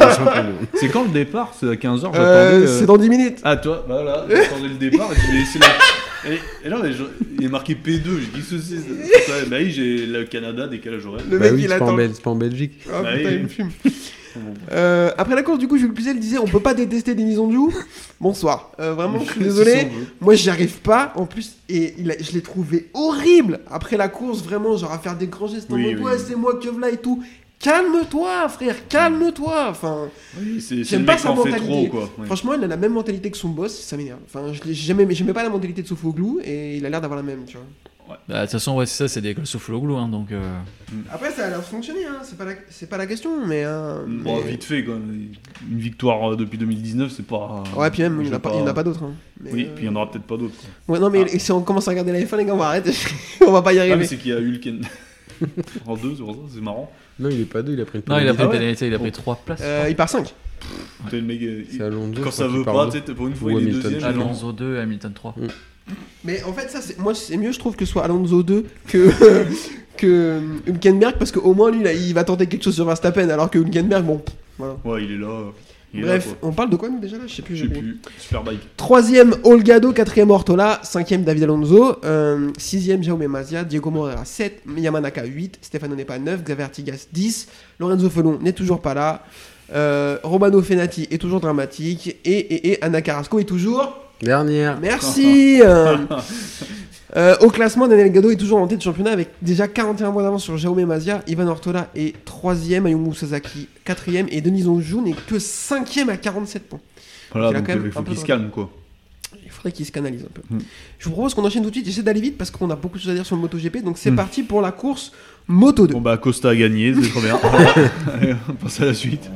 Ah, d'accord. C'est quand le départ C'est à 15h, j'attendais.
euh,
euh,
c'est dans 10 minutes.
Ah toi, bah voilà, j'attendais le départ et tu l'as laissé là. Et, et là, mais je- il est marqué P2, j'ai dit ceci. ça- ça- Bah oui, j'ai le Canada, décalage horaire.
Le
Bah
mec
oui,
il
c'est pas,
attend.
en Bel- c'est pas en Belgique.
Ah,
Bah
putain,
oui.
il me fume. Euh, après la course, du coup, Jules Puzel disait on peut pas détester Denis Ondiou. Bonsoir. Euh, vraiment, je suis désolé. Moi, j'y arrive pas. En plus, et il a- je l'ai trouvé horrible après la course. Vraiment, genre à faire des grands gestes en
Oui,
mode
oui,
ouais,
oui.
c'est moi que v'là et tout. Calme-toi, frère, calme-toi. Enfin,
Oui, c'est c'est
J'aime
le
pas
mec qui
sa
en fait
mentalité.
trop, quoi. Ouais.
franchement, il a la même mentalité que son boss. Ça m'énerve. Enfin, je l'ai jamais, j'aimais pas la mentalité de Sofoglou et il a l'air d'avoir la même, tu vois.
Bah, De toute façon, ouais, c'est ça, c'est des écoles souffle au glou, hein, donc... euh,
Après, ça a l'air de fonctionner, hein. c'est pas, la... c'est pas la question, mais. hein,
Bon,
mais-
vite fait, quand même. Une victoire euh, depuis 2019, c'est pas.
Ouais, puis même, il n'y
je
en,
sais
a pas- il y en a pas d'autres. hein. Mais,
Oui,
euh,
puis il y en aura peut-être pas d'autres. quoi.
Ouais, non, mais
Ah.
et si on commence à regarder la F1, les gars, on va arrêter. *laughs* on va pas y
Ah, mais
arriver.
c'est qu'il y a eu le Ken. *laughs* en deux, c'est pour ça, c'est marrant.
Non, il est pas deux, il a pris le
Non, il a
penalty.
pris une
ouais.
pénalité, il a pris 3 places.
Euh, il part 5.
T'as le mec, euh, il-
C'est Alonso, je
Quand ça
crois,
veut
qui part
pas,
deux.
tu sais, pour une fois,
Ou
il est
Hamilton.
Ah,
deuxième. genre.
Alonso 2, Hamilton 3.
Mais en fait, ça, c'est... moi, c'est mieux, je trouve, que ce soit Alonso 2 que. *laughs* que euh, Hülkenberg, parce qu'au moins, lui, là, il va tenter quelque chose sur Verstappen, alors que Hülkenberg, bon. pff, Voilà.
Ouais, il est là. euh, Il est
Bref,
là, quoi.
on parle de quoi, nous, déjà, là Je sais plus.
Je sais plus. Superbike.
Troisième, Olgado. Quatrième, Ortola. Cinquième, David Alonso. Euh, sixième, Jaume Mazia. Diego Morera, 7. Yamanaka, 8. Stefano Nepa, 9. Xavier Tigas, 10. Lorenzo Felon n'est toujours pas là. Euh, Romano Fenati est toujours dramatique. Et, et, et Anna Carrasco est toujours...
Dernière.
Merci euh, euh, Au classement, Daniel Gado est toujours en tête du championnat avec déjà 41 points d'avance sur Jaume Mazia. Ivan Ortola est 3ème, Ayumu Sasaki 4ème et Denis Onjou n'est que 5ème à 47 points. Il a
Voilà, donc
quand même
euh, il
un
faut
peu
qu'il se
de retard.
calme, quoi.
Il faudrait qu'il se canalise un peu.
Mm.
Je vous propose qu'on enchaîne tout de suite. J'essaie d'aller vite parce qu'on a beaucoup de choses à dire sur le MotoGP. Donc c'est
Mm.
parti pour la course Moto 2.
Bon, bah, Costa a gagné, c'est
*laughs*
trop bien. Allez, on passe à la suite.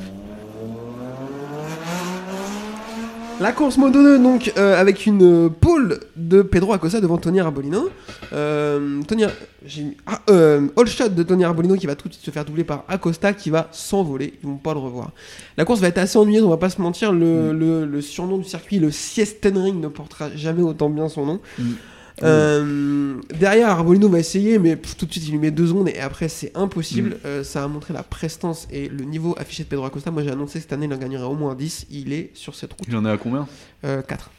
La course Moto 2, donc, euh, avec une euh, pole de Pedro Acosta devant Tony Arbolino. Euh, Tony, Ar- j'ai mis- ah, euh, all shot de Tony Arbolino qui va tout de suite se faire doubler par Acosta qui va s'envoler. Ils vont pas le revoir. La course va être assez ennuyeuse, on va pas se mentir. Le, le- le surnom du circuit, le Siestenring, ne portera jamais autant bien son nom.
Mm.
Euh, derrière, Arbolino va essayer, mais pff, tout de suite il lui met deux secondes et après c'est impossible. Euh, ça a montré la prestance et le niveau affiché de Pedro Acosta. Moi j'ai annoncé que cette année il en gagnerait au moins 10. Il est sur cette route.
Il en est à combien
4.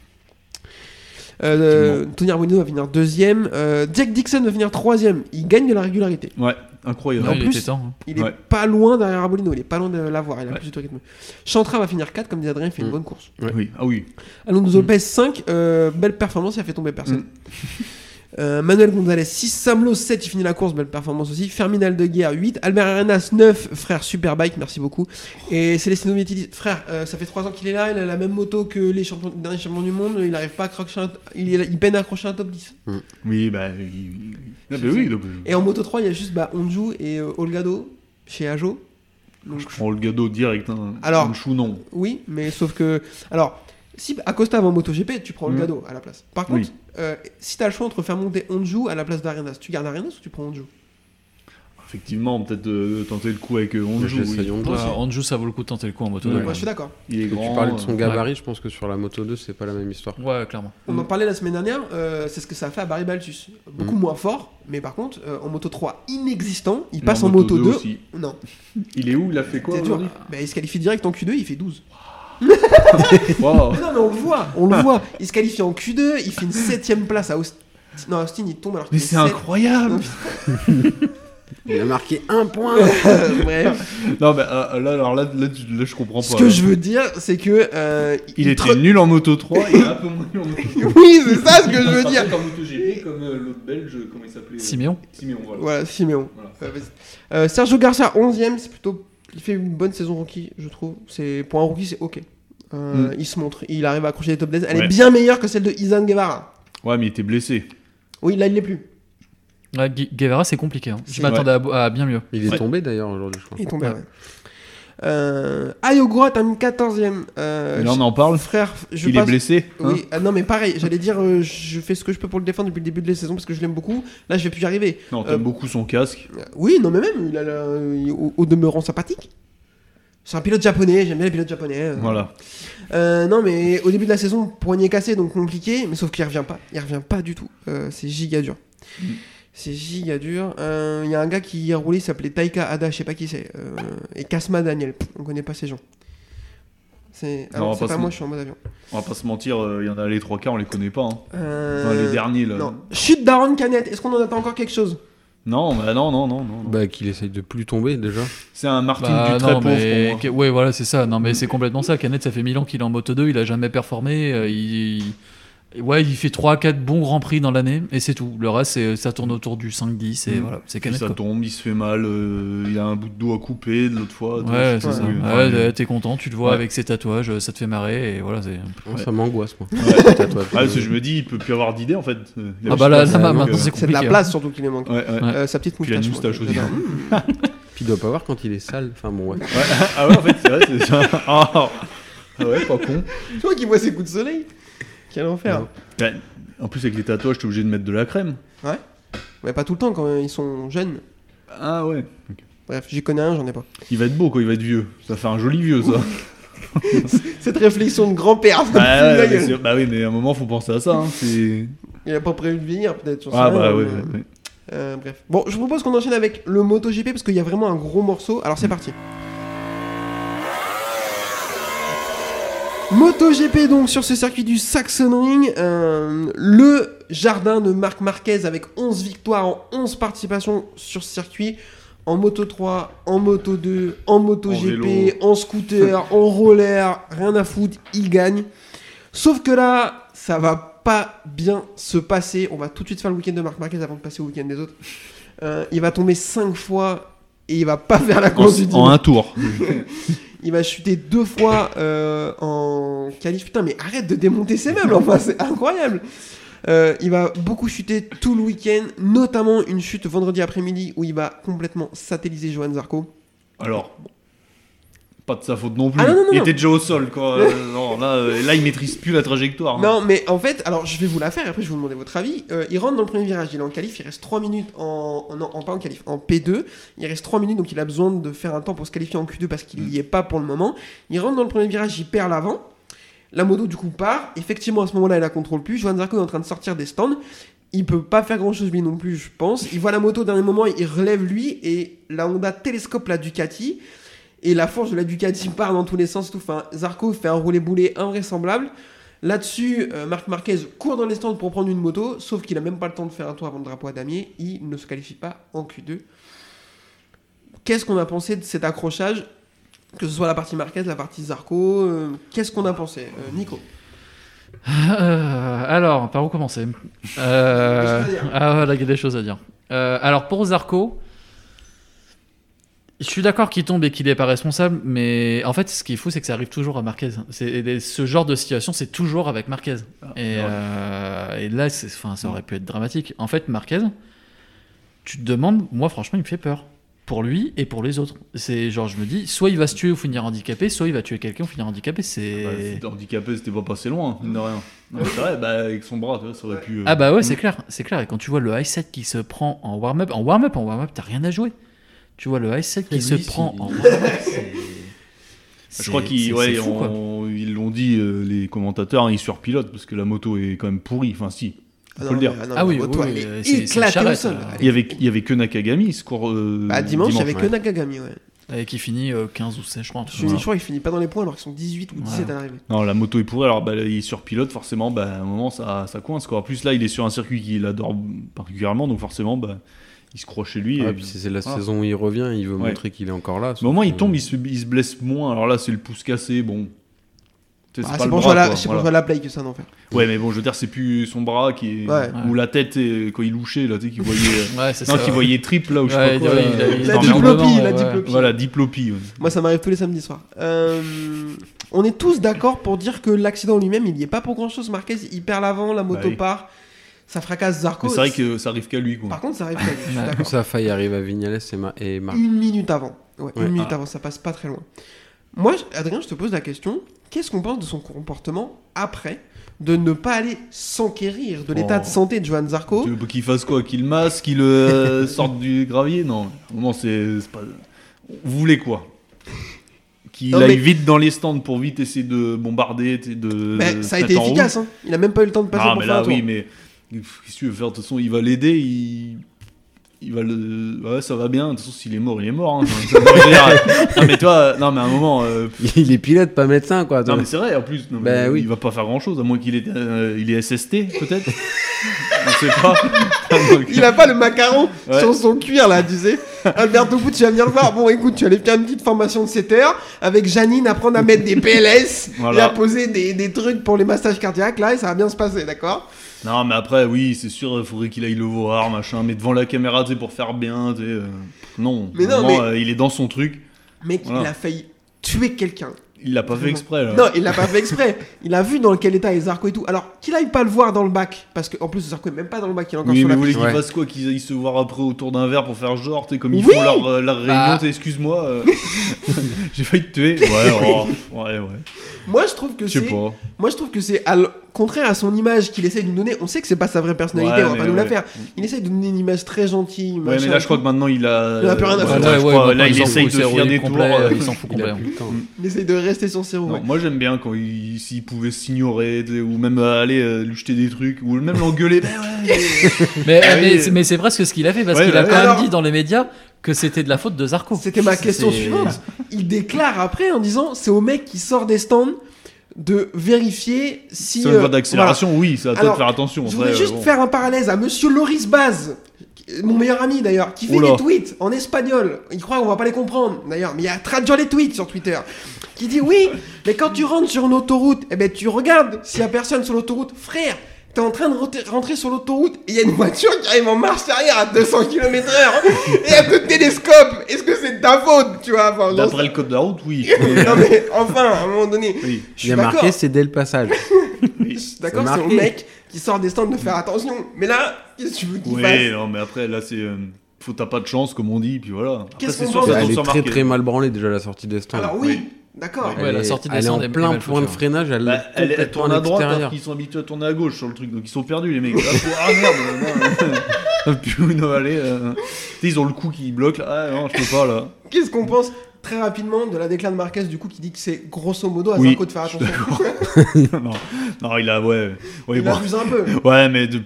Euh, Tony Arbolino va finir deuxième. Euh, Jack Dixon va finir troisième. Il gagne de la régularité.
Ouais,
Ouais,
incroyable.
en
il
plus-
était temps, hein.
Il est
Ouais.
pas loin derrière Arbolino. Il est pas loin de l'avoir. Il a
Ouais.
plus du tout rythme. Chantra va finir 4, comme disait Adrien, il fait une
Mm.
bonne course.
Ouais.
Oui, ah oui.
Alonso
Mm.
Pérez 5, euh, belle performance, il a fait tomber personne.
Mm.
*laughs* Euh, Manuel Gonzalez 6, Samlo 7, il finit la course, belle performance aussi. Ferminal de Guerre 8, Albert Arenas 9, frère Superbike, merci beaucoup. Et Celestino Vietti, frère, euh, ça fait 3 ans qu'il est là, il a la même moto que les champions, derniers champions du monde, il arrive pas à accrocher un- il, est- il peine à accrocher un top 10.
Oui, bah. il- il- Ah, bah oui, donc,
Et en moto 3, il y a juste bah, Onju et euh, Olgado chez Ajo. Donc,
je prends le gado direct. Hein.
Alors-
Un chou, non.
Oui, mais sauf que. Alors, si Acosta va en MotoGP, tu prends le
Mm.
cadeau à la place. Par
Oui.
contre, euh, si t'as le choix entre faire monter Onju à la place d'Arenas, tu gardes Arenas ou tu prends Onju
Effectivement, peut-être euh, tenter le coup avec euh,
Je
Onju.
laisse
oui.
à Yonda.
Ouais, Anjou, ça vaut le coup de tenter le coup en moto.
Ouais.
deux,
Moi, je
quand
suis d'accord.
Il est
Et
grand.
tu parlais de son
euh,
gabarit, je pense que sur la moto 2, c'est pas la même histoire.
même. Ouais, clairement.
On
Mm.
en parlait la semaine dernière, euh, c'est ce que ça a fait à Barry Baltus. Beaucoup moins fort, mais par contre, euh, en moto 3, inexistant, il
mais
passe en moto 2.
aussi.
Non,
Il est où Il a fait quoi
c'est dur.
aujourd'hui
Mais il se qualifie direct en Q2, il fait 12. *laughs*
Waouh.
Mais non, mais on le voit, on le voit. Il se qualifie en Q2, il fait une 7ème place à Austin. Non, à Austin, il tombe alors qu'il
Mais
est
c'est
sept.
incroyable
Il a marqué un point
*laughs* Bref.
Non, mais euh, là, alors là, là, tu- là, je comprends pas.
Ce que
là.
je veux dire, c'est que. euh,
Il était
tre-
nul en moto 3 et un peu moins nul
*laughs*
en moto 2.
Oui, c'est ça ce que je veux dire.
En moto GP, comme euh, l'autre belge, comment il s'appelait euh,
Siméon
Siméon, voilà.
Voilà, Siméon.
Voilà.
Euh, vas-y. Euh, Sergio Garcia, 11ème, c'est plutôt. Il fait une bonne saison rookie, je trouve. C'est Pour un rookie, c'est ok. Euh, Il se montre, il arrive à accrocher les top 10. Elle est
Hmm. Ouais.
bien meilleure que celle de Izan Guevara.
Ouais, mais il était blessé.
Oui, là, il l'est plus.
Ouais, Gu- Guevara, c'est compliqué. hein. Je
C'est-
m'attendais à, à bien mieux.
Il est
Ouais.
tombé d'ailleurs aujourd'hui, je crois.
Il est tombé.
Ouais.
ouais. Euh, Ayogura termine 14ème. Euh,
Mais là, on en parle.
Frère, je
il est
passe-
blessé. hein
Oui, ah non mais pareil, j'allais dire euh, je fais ce que je peux pour le défendre depuis le début de la saison parce que je l'aime beaucoup. Là je vais plus y arriver.
non, t'aimes
Euh,
beaucoup son casque.
Euh, Oui, non, mais même, il a la- il- au, au demeurant sympathique. C'est un pilote japonais, j'aime bien les pilotes japonais. euh.
Voilà.
Euh, non, mais au début de la saison, poignet cassé, donc compliqué, mais sauf qu'il revient pas. Il revient pas du tout. Euh, c'est giga dur.
Mm.
C'est giga dur. Euh, Il y a un gars qui a roulé, il s'appelait Taika Ada, je sais pas qui c'est. euh, et Kasma Daniel, Pff, on connaît pas ces gens. C'est ah
Non,
non,
on va
c'est
pas
pas
se-
moi, je suis en mode avion.
On va pas se mentir, euh, il y en a les trois quarts, on les connaît pas. hein.
Euh,
Enfin, les derniers, là.
Non. Chute d'Aaron Canet, est-ce qu'on en attend encore quelque chose
Non, bah non, non, non, non. non.
Bah, qu'il essaye de plus tomber déjà.
C'est un Martin
Bah,
du très
non,
pauvre
mais...
pour moi.
que- Ouais, voilà, c'est ça. Non, mais c'est complètement ça. Canet, ça fait 1000 ans qu'il est en moto 2, il a jamais performé. euh, il... Ouais, il fait 3-4 bons grands prix dans l'année et c'est tout. Le reste, c'est- ça tourne autour du 5-10 et
Mm.
voilà, c'est
Puis
Canet.
ça
quoi.
tombe, il se fait mal, euh, il a un bout de dos à couper de l'autre fois. donc
Ouais,
je sais
c'est
pas,
ça.
oui,
Ouais,
enfin,
ouais,
mais-
T'es content, tu le vois
Ouais.
avec ses tatouages, euh, ça te fait marrer et voilà. c'est...
Oh,
Ouais.
Ça m'angoisse, moi. *laughs*
Ah, parce que je me dis, il peut plus avoir d'idée en fait. Euh, il a
Ah
juste
bah là,
pas-
là,
donc,
maintenant,
euh,
c'est compliqué.
C'est de la
hein.
place surtout qu'il lui manque.
*laughs* Ouais, ouais.
Ouais.
Euh, sa petite
Puis la
moustache. moi,
moustache aussi.
j'adore.
Puis il doit pas voir quand il est sale. Enfin bon, ouais.
Ouais, ah ouais, en fait, c'est vrai, c'est ça. *laughs* Ah ah ouais, pas con.
Tu vois qu'il voit ses coups de soleil Quel enfer
Non.
Bah, en plus, avec les tatouages, t'es obligé de mettre de la crème.
Mais pas tout le temps quand ils sont jeunes.
Ah ouais.
Bref, j'y connais un, j'en ai pas.
Il va être beau quand il va être vieux. Ça fait un joli vieux, ça.
Cette réflexion de grand-père, ça me
bah,
*laughs*
fout de la
ouais, mais
gueule.
c'est- bah oui, mais à un moment, faut penser à ça. hein, c'est-
Il a pas prévu de vieillir peut-être sur
Ah bah ouais, ouais, ouais.
euh, bref. Bon, je vous propose qu'on enchaîne avec le MotoGP parce qu'il y a vraiment un gros morceau. Alors c'est parti. MotoGP donc sur ce circuit du Sachsenring, euh, le jardin de Marc Marquez avec 11 victoires en 11 participations sur ce circuit, en Moto 3, en Moto 2, en MotoGP, en,
*laughs*
scooter, en roller, rien à foutre, il gagne. Sauf que là, ça va pas bien se passer. On va tout de suite faire le week-end de Marc Marquez avant de passer au week-end des autres. Euh, il va tomber 5 fois et il va pas faire la course du
En, en
dimanche.
un tour.
Il va chuter deux fois euh, en qualif. Putain, mais arrête de démonter ses meubles, enfin, c'est incroyable. Euh, il va beaucoup chuter tout le week-end, notamment une chute vendredi après-midi où il va complètement satelliser Johan Zarco.
Alors, pas de sa faute non plus.
Ah non, non, non,
il
non.
était déjà au sol quand euh, non, là, euh, là il maîtrise plus la trajectoire. hein.
Non, mais en fait, alors je vais vous la faire, et après je vais vous demander votre avis. Euh, il rentre dans le premier virage, il est en qualif, il reste 3 minutes en. en- Non, en, pas en qualif, en P2. Il reste 3 minutes, donc il a besoin de faire un temps pour se qualifier en Q2 parce qu'il n'y est pas pour le moment. Il rentre dans le premier virage, il perd l'avant. La moto, du coup, part. Effectivement, à ce moment-là, il la contrôle plus. Johan Zarco est en train de sortir des stands. Il peut pas faire grand-chose lui non plus, je pense. Il voit la moto au dernier moment, il relève lui, et la Honda télescope la Ducati. Et la force de la Ducati part dans tous les sens, tout. Enfin, Zarco fait un roulé-boulé invraisemblable. Là-dessus, euh, Marc Marquez court dans les stands pour prendre une moto, sauf qu'il a même pas le temps de faire un tour avant le drapeau à damier. Il ne se qualifie pas en Q2. Qu'est-ce qu'on a pensé de cet accrochage Que ce soit la partie Marquez, la partie Zarco, euh, qu'est-ce qu'on a pensé Euh, Nico
Euh, alors, par où commencer
*laughs*
Euh,
Des choses à dire.
Ah, voilà, il y a des choses à dire. Euh, alors, pour Zarco, je suis d'accord qu'il tombe et qu'il n'est pas responsable, mais en fait, ce qui est fou, c'est que ça arrive toujours à Marquez. C'est- et ce genre de situation, c'est toujours avec Marquez. et,
Ah, ouais.
euh, et là, c'est- enfin, ça aurait pu être dramatique. En fait, Marquez, tu te demandes, moi, franchement, il me fait peur. Pour lui et pour les autres. C'est genre, je me dis, soit il va se tuer ou finir handicapé, soit il va tuer quelqu'un ou finir handicapé. C'est.
Bah, c'était handicapé, c'était pas passé loin, mine de rien. Non, mais c'est vrai, bah, avec son bras, tu vois, ça aurait pu. euh,
Ah bah ouais, c'est clair, c'est clair. Et quand tu vois le high set qui se prend en warm-up, en warm-up, en warm-up, t'as rien à jouer. Tu vois le high set qui
Et
se
lui,
prend
*laughs*
c'est-
en warm-up.
Je crois qu'ils ouais, on- ils l'ont dit, euh, les commentateurs, hein, ils surpilotent parce que la moto est quand même pourrie. Enfin, si, on peut le dire.
Ah oui,
toi,
oui,
elle
euh,
est
c'est- c'est une
éclatée au
charrette,
sol.
là.
Elle
Il
est-
y avait, il y avait que Nakagami, il score. euh,
Bah, dimanche, avec
ouais.
que Nakagami, ouais.
Et qui finit euh, 15 ou 16, je crois. un truc
Je,
comme
je
ça.
crois qu'il finit pas dans les points alors qu'ils sont 18 ou 17 à l'arrivée.
Non, la moto est pourrie, alors bah, il surpilote, forcément, bah, à un moment, ça, ça coince. Quoi. En plus, là, il est sur un circuit qu'il adore particulièrement, donc forcément, bah, il se croit chez lui.
Ah,
et-
puis c'est c'est la
voilà.
saison où il revient, il veut
Ouais.
montrer qu'il est encore là.
Mais au moins, il
sauf que-
tombe, il se, il se blesse moins. Alors là, c'est le pouce cassé, bon. Tu sais,
Ah,
pas
c'est
le
pour
bras,
jouer à la-
quoi,
c'est pour
voilà.
jouer à la play que ça en fait.
Ouais, mais bon, je veux dire, c'est plus son bras qui est.
Ouais.
Ou la tête, euh, quand il louchait, là, tu sais,
*laughs*
qu'il voyait. euh,
Ouais, c'est ça.
non, qu'il voyait triple, là, où je sais
Ouais,
pas quoi.
il-
là,
il- il-
euh,
il-
La
non, mais
il-
en-
il-
diplopie,
il-
la
ouais.
diplopie.
Voilà, diplopie. ouais.
Moi, ça m'arrive tous les samedis soirs. Euh, on est tous d'accord pour dire que l'accident en lui-même, il n'y est pas pour grand-chose. Marquez, il perd l'avant, la moto
Bah oui.
part, ça fracasse Zarco.
Mais c'est vrai que ça arrive qu'à lui,
Par
quoi.
contre, ça arrive pas, je suis
Ouais.
d'accord.
Ça faille arrive à Vignales et, Ma- et
*laughs*
Marc.
Une minute avant. Ouais,
Ouais.
Une
ah.
minute avant, ça passe pas très loin. Moi, je- Adrien, je te pose la question. Qu'est-ce qu'on pense de son comportement après de ne pas aller s'enquérir de l'état
Oh.
de santé de Johan Zarco
Tu veux qu'il fasse quoi Qu'il masse, qu'il
*laughs*
euh, sorte du gravier Non, au moment, c'est c'est pas. Vous voulez quoi Qu'il
Non,
aille
mais-
vite dans les stands pour vite essayer de bombarder, tu sais, de.
Mais
de
ça a
se
été
mettre en route.
efficace. hein. Il a même pas eu le temps de passer
Ah,
pour
mais
faire
là,
un tour.
oui, mais. Pff, Qu'est-ce que tu veux faire De toute façon, il va l'aider, il. Il va le. Ouais, ça va bien. De toute façon, s'il est mort, il
*laughs*
est mort. hein. Ça- ça veut dire- non, mais toi, non, mais à un moment. euh,
*laughs* Il est pilote, pas médecin, quoi.
Non, mais c'est vrai, en plus. non,
Bah
mais
oui.
Il va pas faire grand chose, à moins qu'il ait. euh, il est SST,
*laughs*
peut-être On sait pas. À moins que-
Il a pas le macaron
Ouais.
sur son cuir là, tu sais. Alberto Bout, tu vas venir le voir. Bon, écoute, tu vas aller faire une petite formation de 7 heures avec Janine, apprendre à mettre des PLS et
*laughs* Voilà.
à poser des, des trucs pour les massages cardiaques là, et ça va bien se passer, d'accord
Non, mais après, oui, c'est sûr, il faudrait qu'il aille le voir, machin, mais devant la caméra, tu sais, pour faire bien, tu sais. euh, Non,
Mais non,
Vraiment,
mais-
euh, il est dans son truc,
Mec, il
Voilà.
a failli tuer quelqu'un.
il l'a pas fait exprès, là.
Non, il l'a pas fait exprès. Il a vu dans quel état est Zarco et tout. Alors, qu'il aille pas le voir dans le bac, parce qu'en plus, Zarco est même pas dans le bac, il est encore
Oui,
sur
mais
la
vous voulez
piste.
qu'ils
Ouais.
fassent quoi Qu'ils aillent se voir après autour d'un verre pour faire genre, tu sais, comme ils
Oui
font leur, euh, leur réunion,
Bah.
tu sais, excuse-moi, euh, *laughs* j'ai failli te tuer. Ouais, oh, ouais, ouais.
Moi, je trouve que
Je sais
c'est-
pas.
Moi, je trouve que c'est à l- contraire à son image qu'il essaye de nous donner. On sait que c'est pas sa vraie personnalité,
Ouais,
on va pas
mais
nous la
ouais.
faire. Il essaye de nous donner une image très gentille.
Ouais, mais
machin,
là, je crois
tout.
que maintenant, il a. euh,
Il a plus rien à
Ouais,
foutre.
là, je
Ouais,
crois,
ouais,
là,
maintenant,
il
il s'en
essaye de
fout, c'est
faire des
relou
tours.
complet,
euh,
il s'en fout
Il a
complètement.
plus le temps.
Il essaye de rester sur ses
Non,
roues.
moi j'aime bien quand il, s'il pouvait s'ignorer tu sais, ou même euh, aller euh, lui jeter des trucs ou
*laughs*
même l'engueuler. Ben ouais,
Mais, euh,
Ah oui.
mais c'est- mais c'est presque ce qu'il a fait parce
Ouais,
qu'il
bah
a
oui.
quand
Alors-
même dit dans les médias que c'était de la faute de Zarco.
C'était ma
C'est-
question
c'est-
suivante. Il déclare après en disant c'est au mec qui sort des stands de vérifier si.
Si on
euh,
va d'accélération, oui, ça va
Alors,
peut-être faire attention.
voilà. Je
après,
voulais juste
euh, bon.
faire un parallèle à monsieur Loris Baz, qui- mon meilleur ami d'ailleurs, qui fait
Oula.
des tweets en espagnol. Il croit qu'on va pas les comprendre d'ailleurs, mais il y a traduire les tweets sur Twitter. Qui dit oui, mais quand tu rentres sur une autoroute, eh ben tu regardes s'il y a personne sur l'autoroute. Frère, t'es en train de rentrer- rentrer sur l'autoroute et il y a une voiture qui arrive en marche arrière à 200 km/h et elle te télescope. Est-ce que c'est de ta faute, tu vois enfin, j'en
D'après le code de la route,
*laughs*
oui.
sais- Non mais enfin, à un moment donné,
Oui.
je
Il
suis
a
d'accord.
marqué, c'est dès le passage.
Oui.
Je suis D'accord,
C'est
c'est au
marqué.
mec qui sort des stands de faire attention. Mais là, qu'est-ce que tu veux qu'il
Oui,
fasse
non, mais après, là, c'est. euh, faut t'as pas de chance, comme on dit, puis voilà. Après,
Qu'est-ce
c'est
qu'on
sûr,
pense
ça
de-
tombe
Elle est
sur
très
Marquez.
très mal branlée déjà à la sortie des stands.
Alors oui, D'accord.
Ouais,
Elle
la
est-
sortie de
elle est en
descente est-
plein
elle faut
point de
faire.
freinage, elle,
Bah, elle, elle tourne à droite alors
l'extérieur.
qu'ils sont habitués à tourner à gauche sur le truc, donc ils sont perdus les mecs. Ah, faut- ah,
*laughs*
merde, Ah, non, Puno, allez. euh, tu sais, Ils ont le coup qui bloque là. Ah non, je peux pas là.
Qu'est-ce qu'on pense très rapidement de la déclaration de Marquez du coup qui dit que c'est grosso modo à
Oui,
Zarco de faire
je
attention
suis non, non, il a, ouais. ouais,
Il
bon.
abuse
*laughs*
un peu.
Ouais, mais de-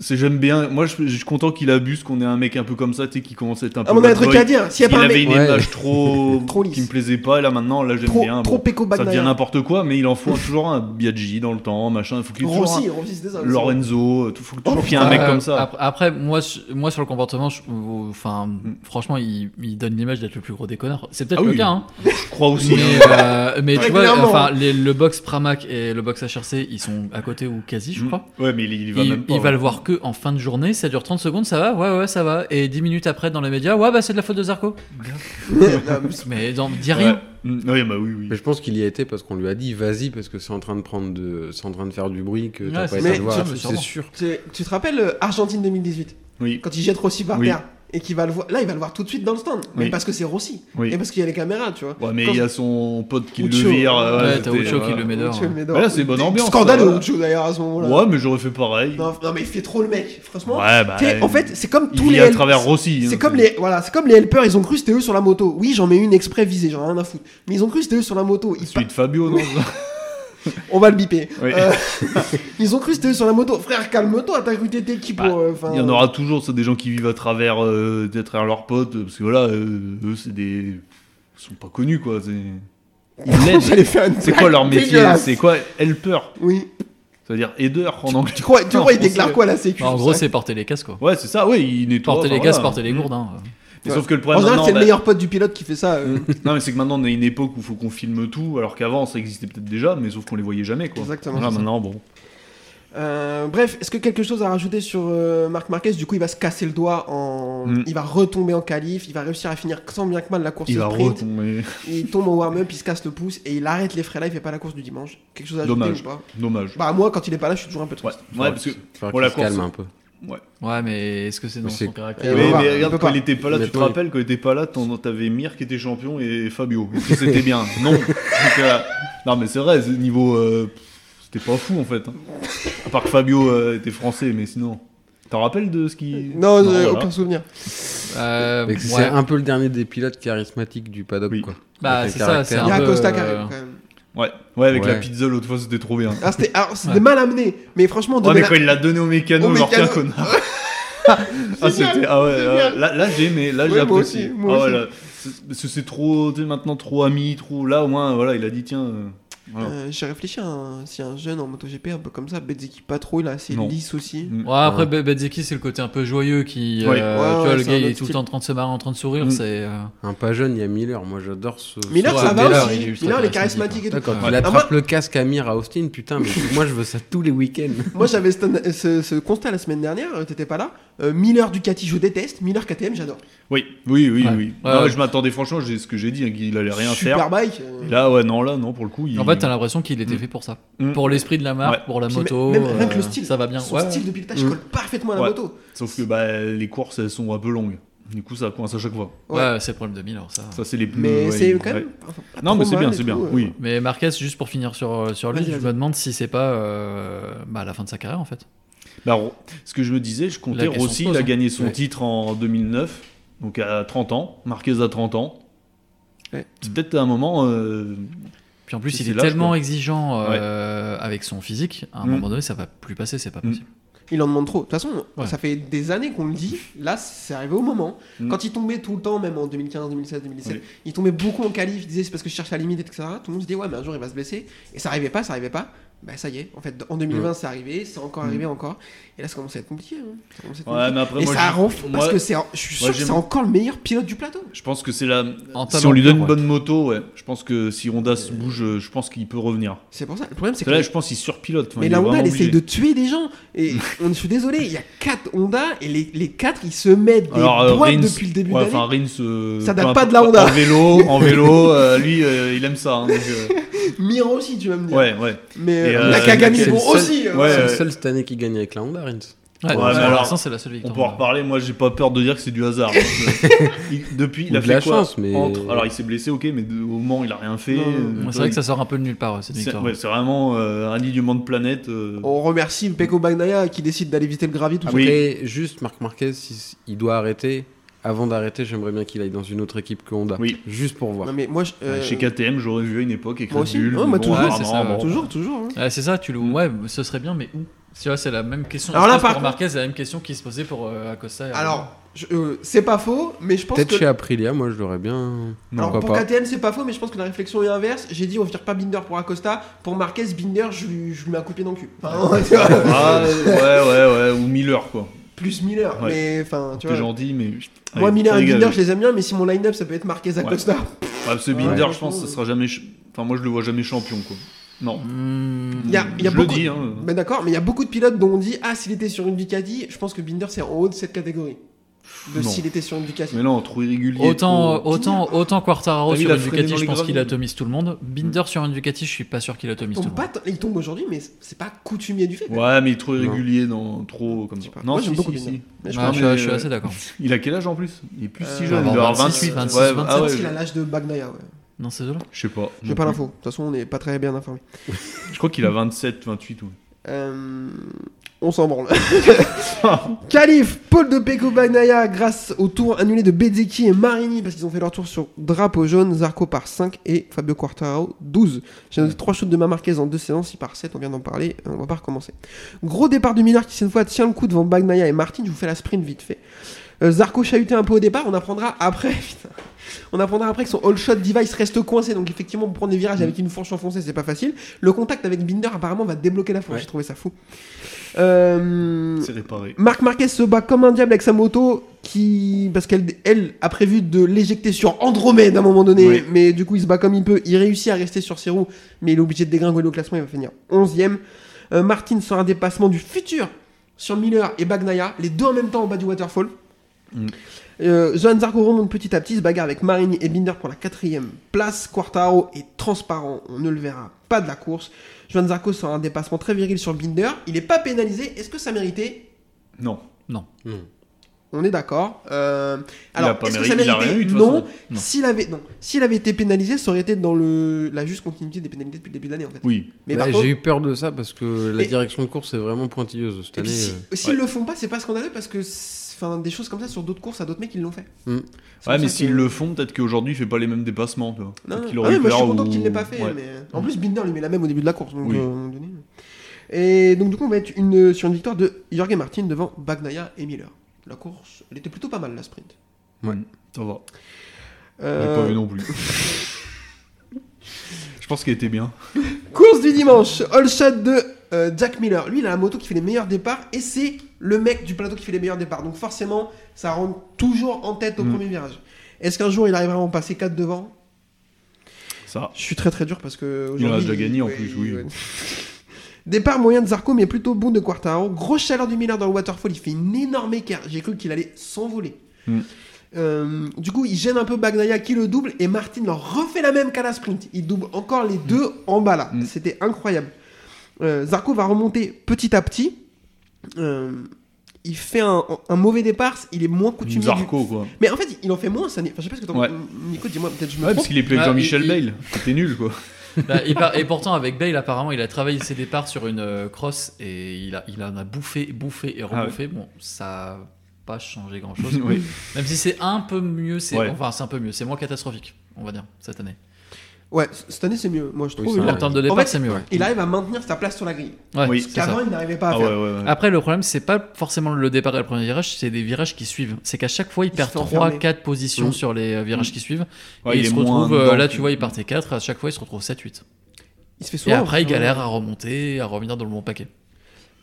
c'est j'aime bien. Moi, je, je suis content qu'il abuse, qu'on ait un mec un peu comme ça, tu sais, qui commence à être un peu.
Ah, mais on a un
bad
truc
boy.
à dire. S'il y a
Il
pas un
avait
mec
une
Ouais.
image trop,
*laughs* Trop lisse.
qui me plaisait pas, et là maintenant, là j'aime bien.
trop, trop
Bon,
Peko
ça devient
Bagnaia.
n'importe quoi, mais il en faut un- toujours un Biaggi dans le temps, machin. Il faut qu'il y ait toujours
Rossi,
un
Rossi, c'est désolé.
Lorenzo, il faut toujours qu'il y ait un
Ah,
mec
euh,
comme ça.
ap- Après, moi, su- moi sur le comportement, je- euh, enfin, franchement, il, il donne l'image d'être le plus gros déconneur. C'est peut-être
Ah
le
oui.
cas. hein.
Je crois aussi. hein.
Mais,
*laughs*
euh, mais
Très
tu vois,
clairement.
enfin, les- le box Pramac et le box HRC, ils sont à côté ou quasi, je crois.
Ouais, mais il, Mm. il
Il,
va même pas.
il va le voir que en fin de journée, ça dure 30 secondes, ça va, ouais, ouais, ça va. Et 10 minutes après, dans les médias, ouais, bah c'est de la faute de Zarco.
*laughs* Non, mais c'est-
Mais dans, dis
Ouais.
rien.
Mm, ouais, bah oui, oui.
Mais je pense qu'il y a été parce qu'on lui a dit vas-y parce que c'est en train de prendre de c'est en train de faire du bruit que
Ouais,
t'as
c'est
pas
ça.
été
Mais
le voir
ça, mais
c'est
sûrement.
sûr.
tu, tu te rappelles euh, Argentine 2018
Oui,
quand il jette Rossi par
Oui.
terre et qu'il va le voir là il va le voir tout de suite dans le stand mais
Oui.
parce que c'est Rossi
oui.
et parce qu'il y a les caméras tu vois
Ouais, mais
Quand-
il y a son pote qui le
Ucho.
vire. euh,
Ouais,
ouais, c'était-
t'as Ocho qui
ouais.
le met dehors.
Ucho et Médor.
Ouais, là, c'est bonne ambiance,
scandale
ça,
au
ouais.
Ucho, d'ailleurs à ce moment Oh là
Ouais, mais j'aurais fait pareil.
non, non, mais il fait trop le mec franchement
Ouais, bah,
Tu sais, en fait c'est comme
il
tous
vit
les
à
help-
travers Rossi.
c'est
hein,
comme les voilà c'est comme les helpers ils ont cru que c'était eux sur la moto oui j'en mets une exprès visée j'en ai rien à foutre mais ils ont cru que c'était eux sur la moto Ils
Celui de
*laughs*
Fabio, non
pa- on va le biper
Oui.
Euh, *laughs* ils ont cru que c'était eux sur la moto frère calme-toi t'as cru que t'étais qui pour
Bah,
euh, enfin,
Il y en aura toujours, c'est des gens qui vivent à travers, euh, à travers leurs potes, parce que voilà, euh, eux, c'est des. Ils sont pas connus, quoi. C'est...
*laughs*
Ils l'aident.
euh, J'allais faire une
C'est
*laughs*
quoi leur
blague
métier
dégueulasse.
C'est quoi Helper
oui
Ça veut dire aideur en anglais.
tu crois tu
Non,
crois ils
on sait.
déclarent quoi à la sécu
Bah, en
sur
gros,
ça
c'est porter les casques, quoi.
Ouais, c'est ça, ouais, ils nettoient.
Porter les
enfin,
casques,
voilà.
porter
Mm.
les gourdes. hein.
Mais
Ouais.
Sauf que le
en
problème,
général,
maintenant,
c'est le
bah, Mm.
meilleur pote du pilote qui fait ça. euh.
Non, mais c'est que maintenant, on est à une époque où faut qu'on filme tout, alors qu'avant, ça existait peut-être déjà, mais sauf qu'on les voyait jamais, quoi.
Exactement.
Là,
c'est ça.
maintenant, bon.
Euh, bref, est-ce que quelque chose à rajouter sur euh, Marc Marquez Du coup, il va se casser le doigt. En...
Mm.
Il va retomber en qualif. Il va réussir à finir tant bien que mal la course
Il
au
va
sprint.
retomber.
Il tombe au warm-up, il se casse le pouce et il arrête les frais là. Il fait pas la course du dimanche. Quelque chose à ajouter
Dommage.
ou pas
Dommage.
Bah moi, quand il est pas là, je suis toujours un peu
Ouais,
triste.
ouais, parce que.
Faudra
bon, la
qu'il se calme
course-
un peu.
Ouais, mais est-ce que c'est dans
C'est-
son
Et
caractère
on va-
Mais, mais
bah, on peut
regarde, quand
pas.
il était pas là, tu te
Honnêtement,
rappelles, quand il était pas là, t'en- t'avais Mir qui était champion et Fabio. Est-ce que
*laughs*
c'était bien Non. Donc, euh, non, mais c'est vrai, c'est- niveau. euh, c'était pas fou en fait. hein. À part que Fabio euh, était français, mais sinon. T'en rappelles de ce qui.
Non, euh,
voilà.
aucun souvenir.
Euh,
Mais que C'est
ouais.
un peu le dernier des pilotes charismatiques du paddock
Oui.
quoi.
Bah,
Avec
c'est
un
ça, c'est
caractère.
Il y a
un peu.
Acosta qui
euh,
arrive, quand même.
Ouais, ouais, avec la
Ouais.
pizza l'autre fois, c'était trop bien.
Ah, c'était ah, c'était
Ouais.
mal amené, mais franchement,
Ah,
donner
mais
la-
quand il l'a donné au mécano,
Au
genre, tiens,
mécano.
connard. *laughs* ah, c'était. Ah ouais,
génial.
ouais, là, là, j'ai aimé, là,
Ouais,
j'ai
moi
apprécié.
aussi, moi
ah,
aussi.
ouais, là, c'est- parce que c'est trop. Tu sais, maintenant, trop ami, trop. Là, au moins, voilà, il a dit, tiens. euh, voilà.
Euh, J'ai réfléchi à un... si un jeune en MotoGP un peu comme ça, Bezeki pas trop, il a assez
Non.
lisse aussi.
Mm.
Ouais, après,
Ouais.
Be- Bezzecchi, c'est le côté un peu joyeux qui. euh,
Ouais.
Ouais,
tu vois,
ouais,
le
c'est
gars,
un
il est
autre
tout le
style.
temps en train de se marrer, en train de sourire.
Mm.
C'est. euh,
Un pas jeune, il y a Miller. Moi j'adore ce.
Miller,
Ouais,
ça va
Miller, il est
aussi.
ultra
Miller, il est
charismatique,
charismatique et
Putain,
tout.
Quand
Ouais.
il
Ah,
attrape
moi-
le casque à Mir à Austin, putain, mais moi je veux ça tous les week-ends.
Moi j'avais ce, ce- ce constat la semaine dernière, euh, t'étais pas là. Euh, Miller Ducati, je déteste. Miller KTM, j'adore.
Oui, oui, oui,
Ouais.
oui.
Ouais,
Non,
ouais.
Je m'attendais franchement, j'ai ce que j'ai dit, hein, qu'il allait rien faire.
Superbike.
Et
euh,
Là, ouais, non, là, non, pour le coup. Il...
En fait, t'as l'impression qu'il était
Mm.
fait pour ça.
Mm.
Pour l'esprit de la marque,
Ouais.
pour la
puis
moto.
même- même rien que le
euh,
style.
Ça va bien.
Son
Ouais.
style de pilotage
Mm.
colle parfaitement à la
Ouais.
moto.
Sauf que bah, les courses, elles sont un peu longues. Du coup, ça coince à chaque fois.
Ouais, ouais, c'est le problème de Miller, ça.
Ça, c'est les plus.
Mais
Mm, ouais,
c'est
les-
quand même.
ouais.
enfin, la
Non, mais c'est
promale
bien,
et
c'est
tout,
bien.
euh,
Oui.
Mais Marquez, juste pour finir sur, sur lui,
Vas-y,
je me
vas-y.
demande si c'est pas euh, bah, à la fin de sa carrière en fait.
Bah, Ro- ce que je me disais, je comptais
La question
Rossi,
se pose,
il a
hein.
gagné son
Ouais.
titre en 2009, donc à 30 ans. Marquez à 30 ans.
Ouais.
C'est peut-être un moment. euh,
Puis en plus,
C'est-
il
c'est
est,
là, je
tellement
crois.
exigeant euh, avec son physique, à un
Mm.
moment donné, ça va plus passer, c'est pas
Mm.
possible.
Il en demande trop. De toute façon,
Ouais.
ça fait des années qu'on le dit. Là, c'est arrivé au moment.
Mm.
Quand il tombait tout le temps, même en 2015, 2016, 2017,
Oui.
il tombait beaucoup en qualif. Il disait c'est parce que je cherche la limite, etc. Tout le monde se dit ouais, mais un jour il va se blesser. Et ça arrivait pas, ça arrivait pas. Bah ça y est, en fait, en 2020
Mm.
c'est arrivé, c'est encore arrivé encore. Et là, ça commence à être compliqué. hein. Ça commence à être
Ouais,
compliqué.
mais après,
Et
moi,
ça
je-
rend fou, parce
moi-
que c'est, un- je suis sûr
moi,
que
j'aime-
c'est encore le meilleur pilote du plateau.
Je pense que c'est la.
En
Si on lui
talent
donne une
pur,
bonne moto, ouais. Je pense que si Honda se bouge, euh, je pense qu'il peut revenir.
C'est pour ça. Le problème, c'est
Parce
que.
que là, je pense qu'il surpilote. Enfin,
mais
il
la
est
Honda, elle
vraiment
essaye
obligé.
de tuer des gens.
*laughs*
Et on, je suis désolé, il y a 4 Honda et les, les 4 ils se mettent des
Alors, euh,
boîtes
Rins-
depuis le début
ouais,
de l'année.
enfin, Rins, euh,
Ça date
peu
pas de la
importe,
Honda.
En vélo,
*laughs*
en vélo euh, lui, euh, il aime ça. hein, donc, euh,
Mire aussi, tu vas me dire.
ouais, ouais.
Mais
Et,
euh,
euh,
la Kagami
c'est
est
le
bon
seul-
aussi. hein.
Ouais,
c'est le
euh,
seul cette année qui gagne avec la Honda, Rins.
Ouais,
mais
pour
alors,
l'instant, c'est la seule
On
victoire.
peut en reparler, moi j'ai pas peur de dire que c'est du
*laughs*
hasard. Parce que il- depuis, il
Ou
a
de
fait
la
quoi
chance, mais-
entre- Alors il s'est blessé, ok, mais de- au Mans il a rien fait.
Non, non,
Euh,
non.
Ouais,
tu
C'est
vois,
vrai que ça sort un peu de nulle part, ouais, cette
c'est
victoire.
ouais, c'est vraiment euh, un alignement de planète. euh,
On remercie Peko Bagnaya qui décide d'aller visiter le gravier tout
Ah
seul.
oui.
Après, juste Marc Marquez, si- il doit arrêter. Avant d'arrêter, j'aimerais bien qu'il aille dans une autre équipe que Honda.
Oui.
Juste pour voir.
Non mais moi, je, euh,
Chez KTM, j'aurais vu à une époque avec
moi
Red
aussi.
Bull,
Ouais,
mais
moi,
bon,
toujours,
ouais,
apparemment,
c'est ça,
bon.
ouais.
toujours, toujours, hein.
Ouais, Ah, c'est ça, tu le. Ouais, ce serait bien, mais où Tu vois, c'est la même question.
Alors
Alors
là,
là,
par
pour Marquez, c'est la même question qui se posait pour euh, Acosta. et Arnaud.
Alors, je- euh, c'est pas faux, mais je pense
Peut-être
que.
chez Aprilia, moi je l'aurais bien.
Alors
pourquoi
pour
pas.
KTM c'est pas faux mais je pense que la réflexion est inverse. J'ai dit on vire pas Binder pour Acosta, pour Marquez Binder je, lui- je lui mets un coupé dans le cul. *laughs* Enfin, tu vois,
Ah, ouais, ouais, ouais, ou Miller quoi.
plus Miller
Ouais.
mais enfin tu
T'es
vois.
gentil, mais.
Moi
Ouais,
Miller
t'as
et
dégagé.
Binder je les aime bien mais si mon line-up ça peut être Marquez Acosta.
Ouais, ce Binder, Ah, je pense, ça sera jamais. ch- Enfin, moi, je le vois jamais champion, quoi. Non.
Hmm.
Il y a, il y a
je le
beaucoup.
dis, hein.
Mais d'accord mais il y a beaucoup de pilotes dont on dit ah s'il était sur une Ducati je pense que Binder c'est en haut de cette catégorie. De
Non.
s'il était sur une Ducati.
Mais non, trop irrégulier.
Mm. Autant,
trop-
autant, autant Quartararo
T'as vu,
sur
il a
une
freiné dans
Ducati, je
les
pense
gravels.
qu'il atomise tout le monde. Binder sur une Ducati, je suis pas sûr qu'il
Il
atomise tout le
tombe, pas,
monde.
t- il tombe aujourd'hui mais c'est pas coutumier du fait.
Ouais, mais trop irrégulier, non, trop comme
Je
ça.
sais pas.
Non,
Moi,
si,
j'aime beaucoup
si,
Binder.
si.
Mais je
Ouais,
pense
Ah, je,
que-
je suis assez d'accord.
Il a quel âge en plus Il est plus si
Euh,
jeune, il doit avoir
26,
28.
26,
ouais, ah ouais, Mm.
27,
qu'il a l'âge de Bagnaia ouais.
Non,
*laughs*
c'est là.
je sais pas.
J'ai pas l'info. De toute façon on n'est pas très bien informé.
Je crois qu'il a 27, 28. ou-
Euh, on s'en branle. Calif, Paul de Peko Bagnaia grâce au tour annulé de Bezzecchi et Marini parce qu'ils ont fait leur tour sur drapeau jaune, Zarco par 5 et Fabio Quartararo 12. J'ai noté 3 shoots de main Marquez en 2 séances, il par 7, on vient d'en parler, on va pas recommencer. Gros départ de Miller qui cette fois tient le coup devant Bagnaia et Martin, je vous fais la sprint vite fait. Euh, Zarco chahuté un peu au départ, on apprendra après. *laughs* putain. On apprendra après que son all shot device reste coincé, donc effectivement pour prendre des virages avec une fourche enfoncée c'est pas facile. Le contact avec Binder apparemment va débloquer la fourche,
Ouais.
j'ai trouvé ça fou. Euh,
C'est réparé.
Marc Marquez se bat comme un diable avec sa moto qui parce qu'elle elle a prévu de l'éjecter sur Andromède à un moment donné
Oui.
mais du coup il se bat comme il peut il réussit à rester sur ses roues mais il est obligé de dégringoler au classement il va finir 11ème euh, Martin sur un dépassement du futur sur Miller et Bagnaia les deux en même temps au bas du waterfall
Mm.
euh, Johan Zarco remonte petit à petit, se bagarre avec Marini et Binder pour la quatrième place. Quartaro est transparent, on ne le verra pas de la course. Johan Zarco sort un dépassement très viril sur Binder. Il n'est pas pénalisé. Est-ce que ça méritait
Non.
Non.
on est d'accord. Euh,
Il a
alors,
pas
est-ce que
mérité,
ça
il a
méritait
rien eu, de toute
Non.
façon. Non.
S'il avait, non. S'il avait été pénalisé, ça aurait été dans le la juste continuité des pénalités depuis le début de l'année en fait.
Oui.
Mais
Bah,
par contre,
J'ai eu peur de ça parce que la
Et-
direction de course est vraiment pointilleuse cette
et puis
année.
si-
euh.
s'ils
ouais.
le font pas, c'est pas scandaleux parce que, c'est- enfin, des choses comme ça sur d'autres courses, à d'autres mecs ils l'ont fait.
Mm.
C'est
Ouais,
pour ça
mais s'ils
que-
le font, peut-être qu'aujourd'hui, il fait pas les mêmes dépassements. Tu vois.
Non,
Peut-être
non.
qu'il
Ah
aurait
oui, moi je
pu
suis
faire
content
ou-
qu'il l'ait pas fait.
Ouais.
mais- euh, En plus, Binder lui met la même au début de la course. Donc,
Oui.
euh, à un moment donné. Et donc, du coup, on va être une, sur une victoire de Jorge Martin devant Bagnaia et Miller. La course, elle était plutôt pas mal la sprint.
Ça va. J'ai
Euh,
pas vu non plus. *laughs* Je pense qu'il était bien.
Course du dimanche, all shot de euh, Jack Miller. Lui, il a la moto qui fait les meilleurs départs et c'est le mec du plateau qui fait les meilleurs départs. Donc forcément, ça rentre toujours en tête au
Mm.
premier virage. Est-ce qu'un jour il arrivera à en passer 4 devant
Ça.
Je suis très très dur parce que.
Il en a
aujourd'hui,
déjà gagné en
ouais,
plus,
il-
oui.
ouais. *laughs* Départ moyen de Zarco, mais plutôt bon de Quartaro. Grosse chaleur du Miller dans le waterfall. Il fait une énorme écart. J'ai cru qu'il allait s'envoler.
Mm.
Euh, du coup, il gêne un peu Bagnaia qui le double et Martin leur refait la même qu'à la sprint. Il double encore les deux en bas là.
Mm.
C'était incroyable. Euh, Zarco va remonter petit à petit. Euh, il fait un, un mauvais départ. Il est moins coutumier. du-
Zarco, quoi.
Mais en fait, il en fait moins. Ça n'est- enfin, je sais pas ce que t'en
Ouais.
Nico, dis-moi, peut-être je me
Ouais,
trompe.
parce qu'il est plus avec
Ah,
Jean-Michel
il- il-
Bale. C'était nul, quoi.
Bah, et, par- et pourtant, avec Bale, apparemment, il a travaillé ses départs sur une euh, crosse et il, a, il en a bouffé, bouffé et rebouffé. Bon, ça a pas changé grand chose.
Ah *laughs* Oui.
Même si c'est un peu mieux, c'est
Ouais.
enfin, c'est un peu mieux, c'est moins catastrophique, on va dire, cette année.
Ouais, c- cette année c'est mieux, moi je
Oui,
trouve.
ça
il,
En
a-
va.
termes de
En
départ,
fait,
c'est mieux. Ouais.
il arrive à maintenir sa place sur la grille.
Ouais,
Oui,
c'est ça.
Qu'avant il n'arrivait pas à
Ah ouais,
faire.
ouais, ouais.
Après, le problème, c'est pas forcément le départ et le premier virage, c'est des virages qui suivent. C'est qu'à chaque fois, il,
Il
perd
se fait enfermer.
3-4 positions
Mm.
sur les euh, virages qui suivent.
Ouais,
et il,
est
se
moins
retrouve, euh,
dedans
là,
que-
tu vois, il partait 4, à chaque fois, il se retrouve 7-8.
Il se fait
Et
souvent.
après, il
parce que,
galère à remonter, à revenir dans le bon paquet.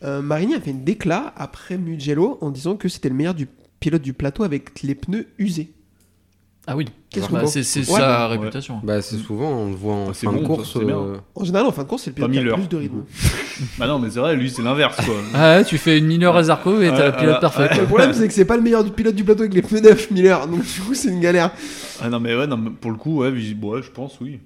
euh, Marini a fait une déclat après Mugello en disant que c'était le meilleur du pilote du plateau avec les pneus usés.
Ah oui,
Qu'est-ce
Bah,
qu'on
c'est c'est
Ouais.
sa
Ouais.
réputation.
Bah, c'est souvent, on le voit en
Ah, c'est
fin de
bon,
course.
ça, c'est bien.
euh,
En général, en fin de course, c'est le
Pas
pilote qui a le plus
Miller.
de rythme.
Bah non, mais c'est vrai, lui, c'est l'inverse, quoi.
Ah ouais, tu fais une Miller à Zarco et t'as
Ouais,
la pilote
ouais,
parfaite.
le problème, c'est que c'est pas le meilleur du pilote du plateau avec les pneus neufs, Miller. Donc du coup, c'est une galère.
Ah non, mais ouais, non, mais pour le coup, ouais, visi- ouais, je pense, oui.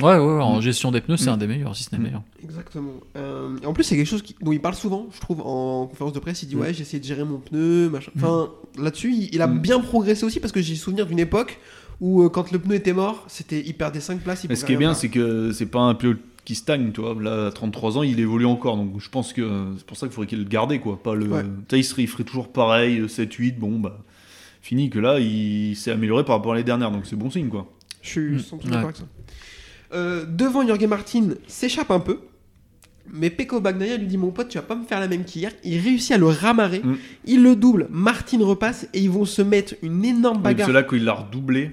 Ouais, ouais, ouais, en gestion des pneus, c'est un des meilleurs, si ce n'est
Mm.
le meilleur.
Exactement. Euh, et en plus, c'est quelque chose qui- dont il parle souvent, je trouve, en conférence de presse. Il dit
Mm.
Ouais, j'ai essayé de gérer mon pneu, machin.
Mm.
Enfin, là-dessus, il, il a
Mm.
bien progressé aussi parce que j'ai souvenir d'une époque où, euh, quand le pneu était mort, c'était il perdait 5 places. il
Mais ce
pouvait
qui est
rien
bien,
faire.
c'est que c'est pas un pilote qui stagne, tu vois. Là, à 33 ans, il évolue encore. Donc je pense que euh, c'est pour ça qu'il faudrait qu'il le gardait, quoi. Pas le...
Ouais.
Tu sais, il, serait- il ferait toujours pareil, 7-8, bon, bah. Fini que là, il s'est amélioré par rapport à l'année dernière, donc c'est bon signe, quoi.
Je suis
Mm.
100% d'accord avec ça. Euh, devant, Jorge Martin s'échappe un peu. Mais Peko Bagnaia lui dit Mon pote, tu vas pas me faire la même qu'hier. Il réussit à le ramarrer.
Mm.
Il le double. Martin repasse et ils vont se mettre une énorme
Oui, parce
bagarre.
que là, quand il l'a redoublé,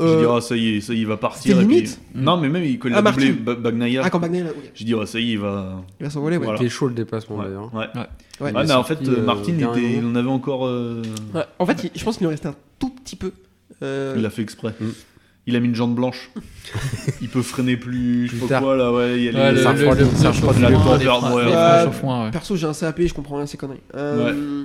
Euh,
j'ai dit, ah, ça y est, ça y est, il va partir.
c'était
et puis-
limite.
Non, mais même quand il
Ah,
l'a doublé,
Martin.
Ba- Bagnaia,
ah, quand Bagnaia, là, oui.
j'ai dit, ah, ça y est, il va.
il va s'envoler, ouais.
Voilà.
T'es chaud le dépassement
Ouais,
d'ailleurs.
ouais.
Ouais.
Ouais,
Il
mais
est
Ah, en fait,
sorti, euh,
Martin, il, était-
dernièrement.
il en avait encore. euh,
Ouais. En fait, il- je pense qu'il lui restait un tout petit peu. Euh,
Il l'a fait exprès.
Mm.
Il a mis une jambe
*laughs*
blanche. il peut freiner plus, je
Plus
sais pas
tard.
quoi là, ouais. Il y a
Ouais,
les-
le-
ça
le-
refroidit-
le
ça
pneu
refroidit
chauffant,
le
les
moteur,
freins-
ouais,
les
ouais.
freins
Ouais.
chauffants, ouais.
Perso, j'ai un CAP, je comprends rien à ces conneries. Euh,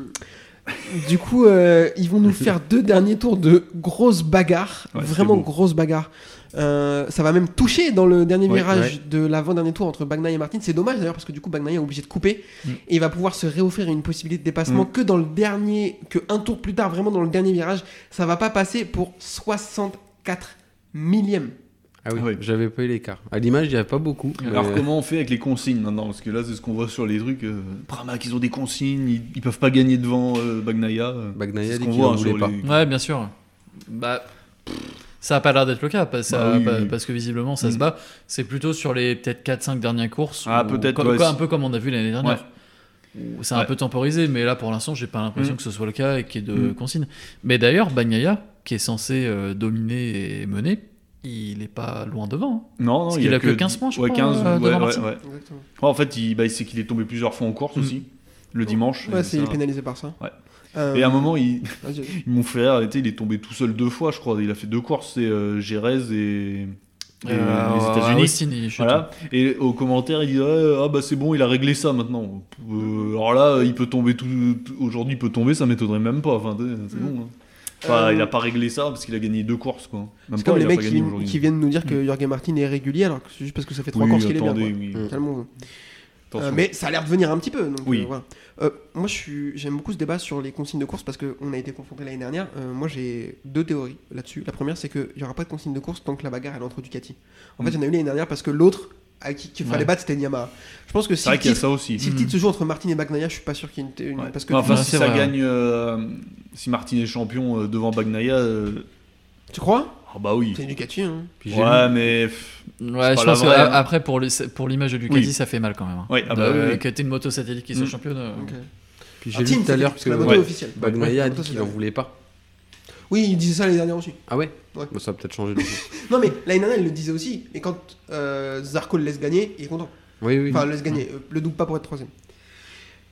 Du coup, euh, ils vont nous faire deux derniers tours de grosses bagarres,
Ouais, c'était
vraiment
beau.
grosses bagarres. Euh, ça va même toucher dans le dernier
Ouais,
virage de l'avant-dernier tour entre Bagnaia et Martin. C'est dommage d'ailleurs parce que du coup, Bagnaia est obligé de couper
Mm.
et il va pouvoir se réoffrir une possibilité de
Mm.
dépassement que dans le dernier, que un tour plus tard, vraiment dans le dernier virage, ça va pas passer pour 64 millièmes.
Ah oui,
Ah oui.
j'avais pas eu l'écart. À l'image, il y avait pas beaucoup. mais- euh,
Alors comment on fait avec les consignes maintenant Parce que là, c'est ce qu'on voit sur les trucs. euh, Pramac, ils ont des consignes, ils, ils peuvent pas gagner devant euh, Bagnaia. euh,
Bagnaia
c'est ce
dit
qu'on
qu'il
voit,
en
hein,
voulait
sur
pas.
les-
Ouais, bien sûr. Bah, ça a pas l'air d'être le cas, parce, euh,
Bah oui,
pa-
oui.
parce que visiblement ça
Mm.
se bat. C'est plutôt sur les peut-être 4-5 dernières courses.
Ah,
ou
peut-être,
comme-
ouais,
comme-
c'est-
un peu comme on a vu l'année dernière. où C'est un
Ouais.
peu temporisé, mais là pour l'instant j'ai pas l'impression
Mm.
que ce soit le cas et qu'il y ait de
Mm.
consignes. Mais d'ailleurs, Bagnaia, qui est censé euh, dominer et mener, il est pas loin devant. hein.
Non, non,
Parce
il y
qu'il
a,
a que 15 points, je
ouais,
crois,
15,
euh,
ouais,
devant
ouais,
Martin.
ouais.
Exactement.
Ouais, en fait, il, bah, c'est qu'il est tombé plusieurs fois en course
Hmm.
Mm.
aussi, le
Oh.
dimanche.
Ouais,
et
c'est il
ça-
est pénalisé par ça.
Ouais.
Euh,
Et à un moment, il,
vas-y.
mon frère, tu sais, il est tombé tout seul deux fois, je crois. Il a fait deux courses, c'est euh, Jerez et, et
Euh,
les
à
États-Unis.
Austin, il chute.
Voilà. Et au commentaire, il dit Ouais, ah bah c'est bon, il a réglé ça maintenant. Euh, alors là, il peut tomber tout, tout- aujourd'hui, il peut tomber, ça m'étonnerait même pas. Enfin, t'es- c'est
Mm.
bon. hein. Enfin,
Euh,
il a pas réglé ça parce qu'il a gagné deux courses quoi. Même
C'est
pas,
comme
il
les
a
mecs
pas
qui,
gagné
viennent-
aujourd'hui.
qui viennent nous dire que Jorge Martin est régulier alors que c'est juste parce que ça fait trois
Oui,
courses qu'il est bien.
attendez,
quoi.
oui.
Mm.
Calmons-nous.
Attention.
Euh, mais ça a l'air de venir un petit peu. Donc,
Oui.
euh, voilà. Euh, moi, je suis- j'aime beaucoup ce débat sur les consignes de course parce qu'on a été confronté l'année dernière. Euh, moi, j'ai deux théories là-dessus. La première, c'est qu'il n'y aura pas de consigne de course tant que la bagarre elle est entre Ducati. En fait, il y en a eu l'année dernière parce que l'autre à qui qu'il fallait
Ouais.
battre, c'était Yamaha. Je pense que si
C'est vrai
le
qu'il y a
titre,
ça aussi.
si le
Mm.
titre se joue entre Martin et Bagnaia, je suis pas sûr qu'il y ait une. une-
Ouais.
Parce que
Enfin,
Ouais,
si
c'est
ça
vrai,
gagne, euh, si Martin est champion euh, devant Bagnaia, euh,
tu crois
ah bah oui.
C'est Ducati. Hein.
Puis j'ai
Ouais, mais pff,
Ouais,
pas
je
la
pense
vraie, hein.
qu'après, pour le- pour l'image de Ducati,
Oui.
ça fait mal quand même. hein.
Ouais, ah bah
De-
oui, oui.
Que t'aies une moto satellite qui
Mm.
soit championne. euh,
Ok.
Puis
Ah,
j'ai
Tim,
vu tout à l'heure
c'est
que
la moto
Ouais.
officielle.
Bagnaia a
Ouais,
dit qu'il en voulait pas.
Oui, il disait ça l'année dernière aussi.
Ah ouais
Ouais.
Bon, Ça a peut-être changé du coup.
Non mais l'année dernière, il le disait aussi. Et quand euh, Zarco le laisse gagner, il est content.
Oui, oui.
Enfin, le laisse gagner, euh, le double pas pour être troisième.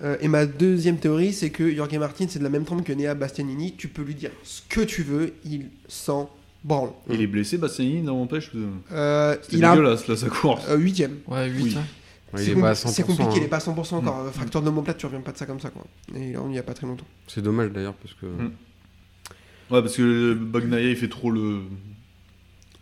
Euh, et ma deuxième théorie, c'est que Jorge Martin, c'est de la même trempe que Néa Bastianini. Tu peux lui dire ce que tu veux, il s'en branle.
il est blessé, Bassani, n'empêche. euh,
Euh,
C'était
il a un
dégueulasse là sa course.
euh, huitième.
Ouais, 8.
Oui.
Ouais,
C'est
il est
compli-
pas à
c'est
100%.
compliqué, il est
hein.
pas à 100% encore. Euh, Fracture de l'omoplate, tu reviens pas de ça comme ça. Quoi. Et on y a pas très longtemps.
C'est dommage d'ailleurs parce que.
Mm. Ouais, parce que Bagnaia il fait trop le.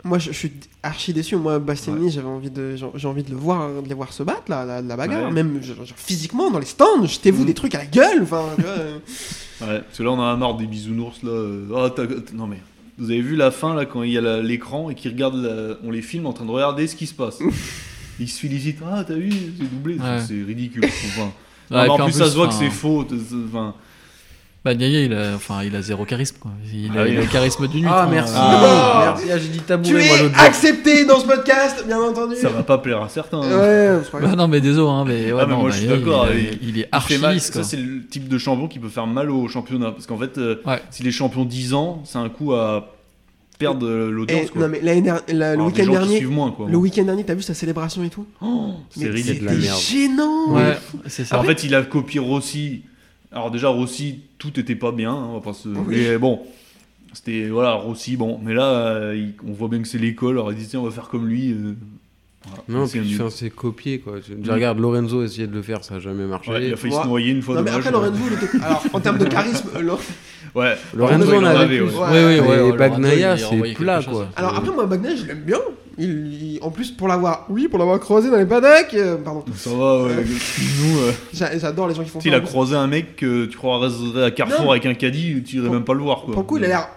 Moi, je, je suis archi déçu. Moi, Bastianini, j'avais envie de, j'ai j'ai envie de le voir, de les voir se battre, là, la, la bagarre.
Ouais.
Même genre, genre, physiquement, dans les stands, jetez-vous
Mm.
des trucs à la gueule. Enfin, tu vois, euh.
Ouais, parce que là on en a marre des bisounours là. euh, Ah, t'as- t'as- non mais. Vous avez vu la fin là quand il y a la- l'écran et qu'ils regardent, la- on les filme en train de regarder ce qui se passe. Ils se félicitent, ah t'as vu, c'est doublé,
Ouais.
c'est ridicule. Enfin, non, mais en plus, ça se voit que c'est faux. t'es- c'est- Enfin,
Bah, Niaïa, il a, enfin, il a zéro charisme. Quoi. Il,
Ah
a, il a
oui.
le charisme d'une huître.
Ah
hein.
merci
Ah.
Merci, ah, j'ai dit
Tu
tabouret moi
es
l'autre jour.
accepté dans ce podcast, bien entendu.
ça va pas plaire à certains. hein.
Ouais, c'est pas grave.
Bah, non, mais désolé. Hein, mais ouais,
Ah, mais
non,
moi, je suis
Bagnaia,
d'accord,
Il,
il-
est- il
Il
est archi
fait mal.
lisse,
Ça,
quoi.
c'est le type de champion qui peut faire mal au championnat. Parce qu'en fait, euh,
Ouais.
s'il est champion 10 ans, c'est un coup à perdre euh,
Eh,
l'audience. quoi.
non mais l'année dernière, la- le
Alors, Ah, des
week-end
gens qui
dernier,
suivent moins, quoi.
le week-end dernier, t'as vu sa célébration et tout *gasps*
Oh, c'est
Mais
ridicule.
de la
c'était
merde.
gênant.
Ouais, c'est ça.
En fait, il a copié Rossi. Alors déjà, Rossi, tout était pas bien. hein, on va pas se...
Oui.
Mais bon, c'était voilà Rossi. Bon, mais là, euh, il- on voit bien que c'est l'école. Alors il dit tiens, on va faire comme lui. euh. Voilà.
Non,
C'est
puis
nul. Mm.
enfin, c'est copié quoi. Je je regarde Lorenzo essayer de le faire, ça a jamais marché.
Ouais, il a failli
moi-
se noyer une fois.
Non mais
dommage,
après
ouais.
Lorenzo, il était- alors en termes de charisme, euh, Lo-
Ouais.
Lorenzo,
il
on
en
avait
avait.
plus.
ouais.
Oui, oh oui,
Et
ouais.
Bagnaia, c'est plat, quoi.
alors après moi Bagnaia, je l'aime bien, Il- il- en plus, pour l'avoir, oui, pour l'avoir croisé dans les panacs, euh, pardon.
Ça
*laughs*
va, ouais. Nous, euh,
J'a- J'adore les gens qui font
tu sais, il
ça.
a croisé un mec que tu croirais à Carrefour
Non.
avec un caddie, tu irais
Pour-
même pas le voir. Quoi.
Pour le coup, il a l'air.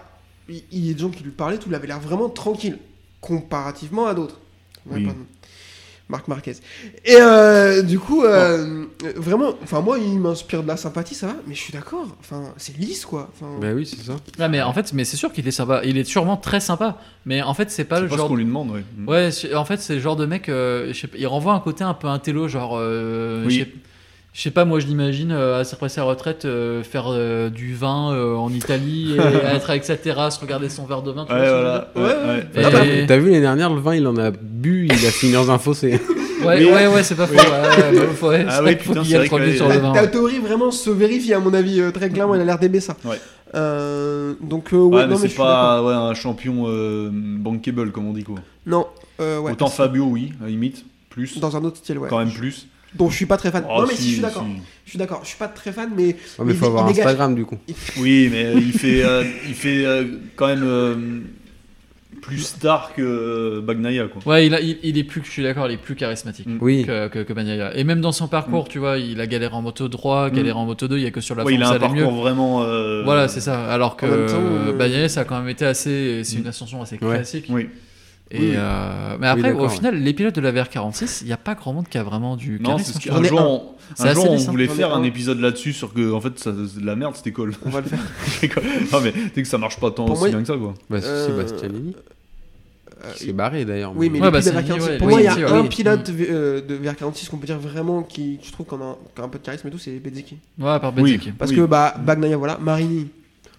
Il il y a des gens qui lui parlaient, tout, il avait l'air vraiment tranquille, comparativement à d'autres. Ouais,
Oui.
pardon. Marc Marquez. Et euh, du coup, euh, euh, vraiment, enfin moi, il m'inspire de la sympathie, ça va, mais je suis d'accord. Enfin, c'est lisse, quoi. Enfin,
Bah oui, c'est ça.
Ouais, mais en fait, mais c'est sûr qu'il est sympa. Il est sûrement très sympa. Mais en fait, c'est pas
C'est
le
pas ce
genre.
qu'on lui demande, ouais.
Ouais, c'est- en fait, c'est le genre de mec. euh, je sais pas, il renvoie un côté un peu intello, genre. euh,
Oui.
Je sais- je sais pas, moi, je l'imagine euh, à sa passer à la retraite, euh, faire euh, du vin euh, en
*laughs*
Italie, et être avec sa terrasse, regarder son verre de vin. tu
Ouais,
vois,
voilà.
Ouais, ouais.
Et-
T'as t'as vu l'année dernière, le vin, il en a bu, il a fini dans
*laughs*
un fossé.
ce genre de- Ouais,
Oui.
ouais, ouais, c'est pas faux. ouais, ouais, ouais, faut- ouais,
Ah ouais,
faut
putain,
qu'il y
c'est
ait
vrai
trois
que-
minutes sur
la,
le vin,
la
ouais.
théorie vraiment se vérifie, à mon avis, euh, très clairement, il a l'air d'aimer ça.
Ouais.
Euh, donc, euh, ouais,
Ouais,
non, mais
mais
je
c'est
suis d'accord.
pas ouais, un champion euh, bankable, comme on dit, quoi.
Non, euh, ouais.
Autant Fabio, oui, à la limite, plus,
Dans un autre style, ouais.
quand même plus.
Dont je suis pas très fan.
Oh,
non, mais si, je suis d'accord. Je suis d'accord, je suis pas très fan, mais
Ouais, Ah, mais
Il-
faut
il
avoir
dégage.
Instagram du coup.
Oui, mais il fait, euh, il fait euh, quand même euh, plus star que euh, Bagnaia, quoi.
Ouais, il, a- il- il est plus, je suis d'accord, il est plus charismatique.
Euh,
Oui.
Que, que, que Bagnaia. Et même dans son parcours, tu vois, il a galéré en moto 3, galéré en moto 2, il y a que sur la
Mm. Ouais,
fin
il
que
a
ça
un
allait mieux.
parcours vraiment. euh,
Voilà, c'est ça. Alors que
en même temps, euh,
Bagnaia, ça a quand même été assez. C'est
Mm.
une ascension assez
Ouais.
classique.
Oui.
Et,
Oui, oui.
euh,
Oui,
mais après,
d'accord,
au
ouais.
final, les pilotes de la VR46, il n'y a pas grand monde qui a vraiment du
Non,
charisme.
c'est ce
je
qu'un
trouve.
jour, on,
C'est
un
assez
jour, on
décent.
voulait
J'en ai
faire
un.
un épisode là-dessus sur que, en fait, ça, c'est de la merde, cette école. *laughs*
*laughs* on va le faire.
non, mais tu sais que ça marche pas tant
Pour
aussi
moi,
bien que ça, quoi.
Bah, si,
Euh,
Sebastianini.
Euh,
C'est barré d'ailleurs.
Oui, mais
Ouais,
les
bah,
pilotes
c'est-
VR46,
ouais,
pour
oui,
moi, il y a
si, ouais.
un
Oui.
Mm.
pilote V- euh, de VR46 qu'on peut dire vraiment qui, je trouve, qu'on a, qui a un peu de charisme et tout, c'est Bezzeki.
Ouais, par
Oui.
Benzeki.
Parce
Oui.
que, bah, Bagnaia, voilà, Marini,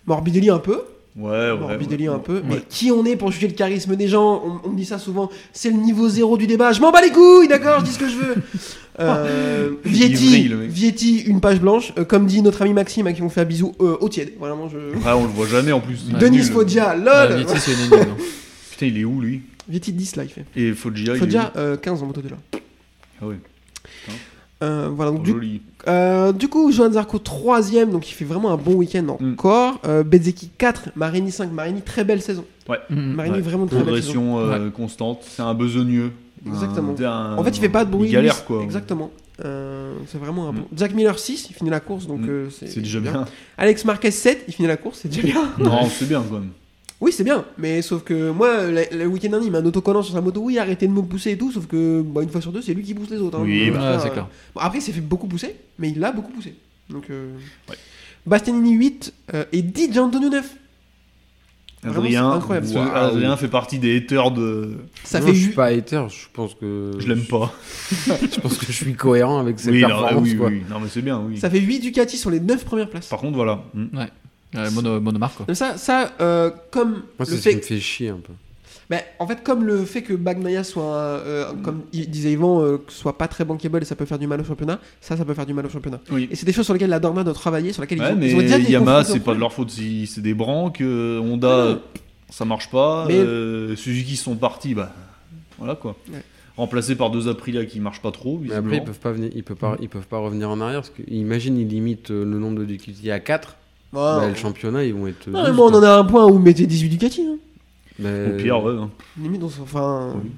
Morbidelli un peu,
Ah Ouais, ouais.
Morbidelli
ouais.
un peu,
Ouais.
mais qui on est pour juger le charisme des gens on, on me dit ça souvent, c'est le niveau zéro du débat, je m'en bats les couilles, d'accord, je dis ce que je
*laughs*
veux. Euh,
Il vrille,
Vietti,
le mec.
Vietti, une page blanche, Euh, comme dit notre ami Maxime à qui on fait un bisou euh, au tiède, vraiment, je...
Ouais, on le voit jamais en plus. il est
Denis
nul.
Foggia,
Ouais,
lol
Vietti, c'est une
*laughs*
énigme.
Putain, il est où lui
Vietti 10 là, il fait.
Et Foggia, il est
Foggia, euh, 15 en moto de là.
Ah Hein ouais.
Euh, voilà,
où
donc du
Joli.
Euh, du coup, Johan Zarco 3 donc il fait vraiment un bon week-end
Mm.
encore. Euh, Bezzeki 4, Marini 5, Marini très belle saison.
Mm.
Marini
Ouais.
vraiment très belle saison.
Progression euh, constante, c'est un besogneux.
Exactement.
Un-
En fait, il fait pas de bruit.
euh, Il galère
lui,
quoi.
Exactement. Euh, c'est vraiment un
Mm.
bon. Jack Miller 6, il finit la course donc
Mm.
euh, c'est
C'est déjà bien.
Alex Marquez 7, il finit la course, c'est déjà
*laughs*
bien.
Non, c'est bien quand même.
Oui, c'est bien, mais sauf que moi, le, le week-end dernier, il m'a un autocollant sur sa moto. Oui, arrêtez de me pousser et tout, sauf que bah, une fois sur deux, c'est lui qui pousse les autres. hein.
Oui,
Donc,
Ouais,
bah,
voilà.
c'est clair.
Bon, après, il s'est fait beaucoup pousser, mais il l'a beaucoup poussé. Donc, euh,
Ouais.
Bastianini 8 euh, et Di Gianantonio 9. Vraiment,
Adrien,
c'est incroyable.
ce-
Waouh.
Adrien fait partie des haters de.
Ça
non,
fait
je suis
ju-
pas hater, je pense que.
Je l'aime pas.
Je pense que je suis cohérent avec ses
Oui, non, ah
performances.
oui,
quoi.
oui. Non, mais c'est bien, oui.
Ça fait 8 Ducati sur les 9 premières places.
Par contre, voilà. Mm.
Ouais, mono- Monomarque, quoi.
Donc Ça, ça euh, comme
Moi, c'est
le
ce qui
fait,
me fait chier un peu.
Bah, en fait, comme le fait que Bagnaia soit, un, euh, comme il- disait Yvan, euh, que soit pas très bankable et ça peut faire du mal au championnat, ça, ça peut faire du mal au championnat.
Oui.
Et c'est des choses sur lesquelles la Dorna doit travailler, sur lesquelles ils
Ouais,
ont-
mais
ils ont déjà des
Yamaha,
conflits
c'est pas de
problèmes.
leur faute si c'est des branques. euh,
Non,
Honda,
non.
ça marche pas.
Mais-
euh, Suzuki sont partis, bah voilà quoi.
Ouais.
Remplacé par deux Aprilia qui marchent pas trop.
Mais après,
visiblement.
ils peuvent pas venir, ils peuvent pas, ils peuvent pas revenir en arrière parce que imagine ils limitent euh, le nombre de Ducati à 4
Voilà.
le championnat ils vont être.
Oh. Non, mais moi, on en a un point où mettez 18 Ducati. hein.
Au pire, ouais. hein.
Limite, on s'en- enfin.
Oui.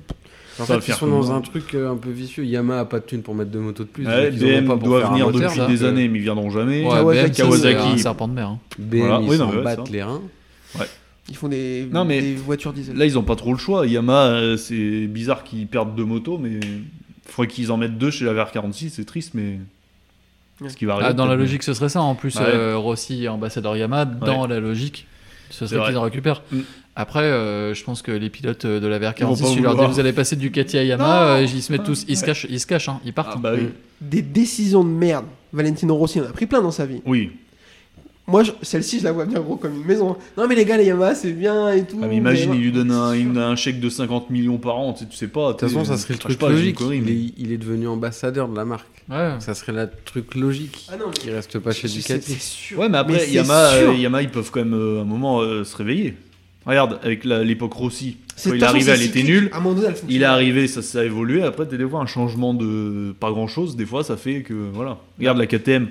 En
Ça va
fait, ils
faire
sont
comme
dans
moi.
un truc euh, un peu vicieux. Yamaha a pas de thune pour mettre deux motos de plus.
Ouais,
donc ils en ont
BM
pas pour
doit
faire un
venir
moteur,
depuis
donc,
des
euh,
années, mais ils viendront jamais.
Ouais,
ouais,
BM, ça, c'est
Kawasaki.
un serpent de mer. hein.
BM
Voilà.
ils
Oui, non,
s'en
mais ouais,
battent
ça.
les reins.
Ils font des,
Non, mais-
des voitures diesel.
Là, ils ont pas trop le choix. Yamaha, euh, c'est bizarre qu'ils perdent deux motos, mais faudrait qu'ils en mettent deux chez la VR46. C'est triste, mais ce qui va arriver.
Ah, dans la
peut-être.
logique, ce serait ça. En plus,
Bah ouais.
euh, Rossi et ambassadeur Yamaha, dans la logique,
C'est
ce serait
vrai.
qu'ils en récupèrent.
Mm.
Après, euh, je pense que les pilotes euh, de la
Ils vont
VR46,
pas
si tu leur dis
vouloir.
vous allez passer du Katia à Yamaha,
Non.
euh, ils se mettent tous, ils se
Ouais.
cachent, ils se cachent, hein, ils partent.
Ah, bah
Mm.
oui.
Des décisions de merde. Valentino Rossi en a pris plein dans sa vie.
Oui.
Moi, je- celle-ci, je la vois bien gros comme une maison. Non, mais les gars, les Yamaha, c'est bien et tout.
Ah, mais imagine,
mais-
il lui donne un,
C'est
il
sûr.
donne un chèque de 50 millions par an. Tu sais, tu sais pas.
De toute façon, ça serait le truc logique. Il est, il est devenu ambassadeur de la marque.
Ah.
Ouais.
Ça serait le truc logique
Ah non, mais-
qui reste pas chez
c'est- c'est-
Ducati.
c'est sûr.
Ouais, mais après,
c'est
Yamaha,
sûr.
euh, Yamaha, ils peuvent quand même euh, un moment euh, se réveiller. Regarde, avec la- l'époque Rossi,
C'est-
quand
de
il
toute
est
façon,
arrivé,
c'est
elle était
cyclique.
nulle.
À un moment donné, elle fonctionne.
Il est arrivé, ça, ça a évolué. Après, t'as des fois un changement de pas grand chose. Des fois, ça fait que voilà. Regarde la KTM,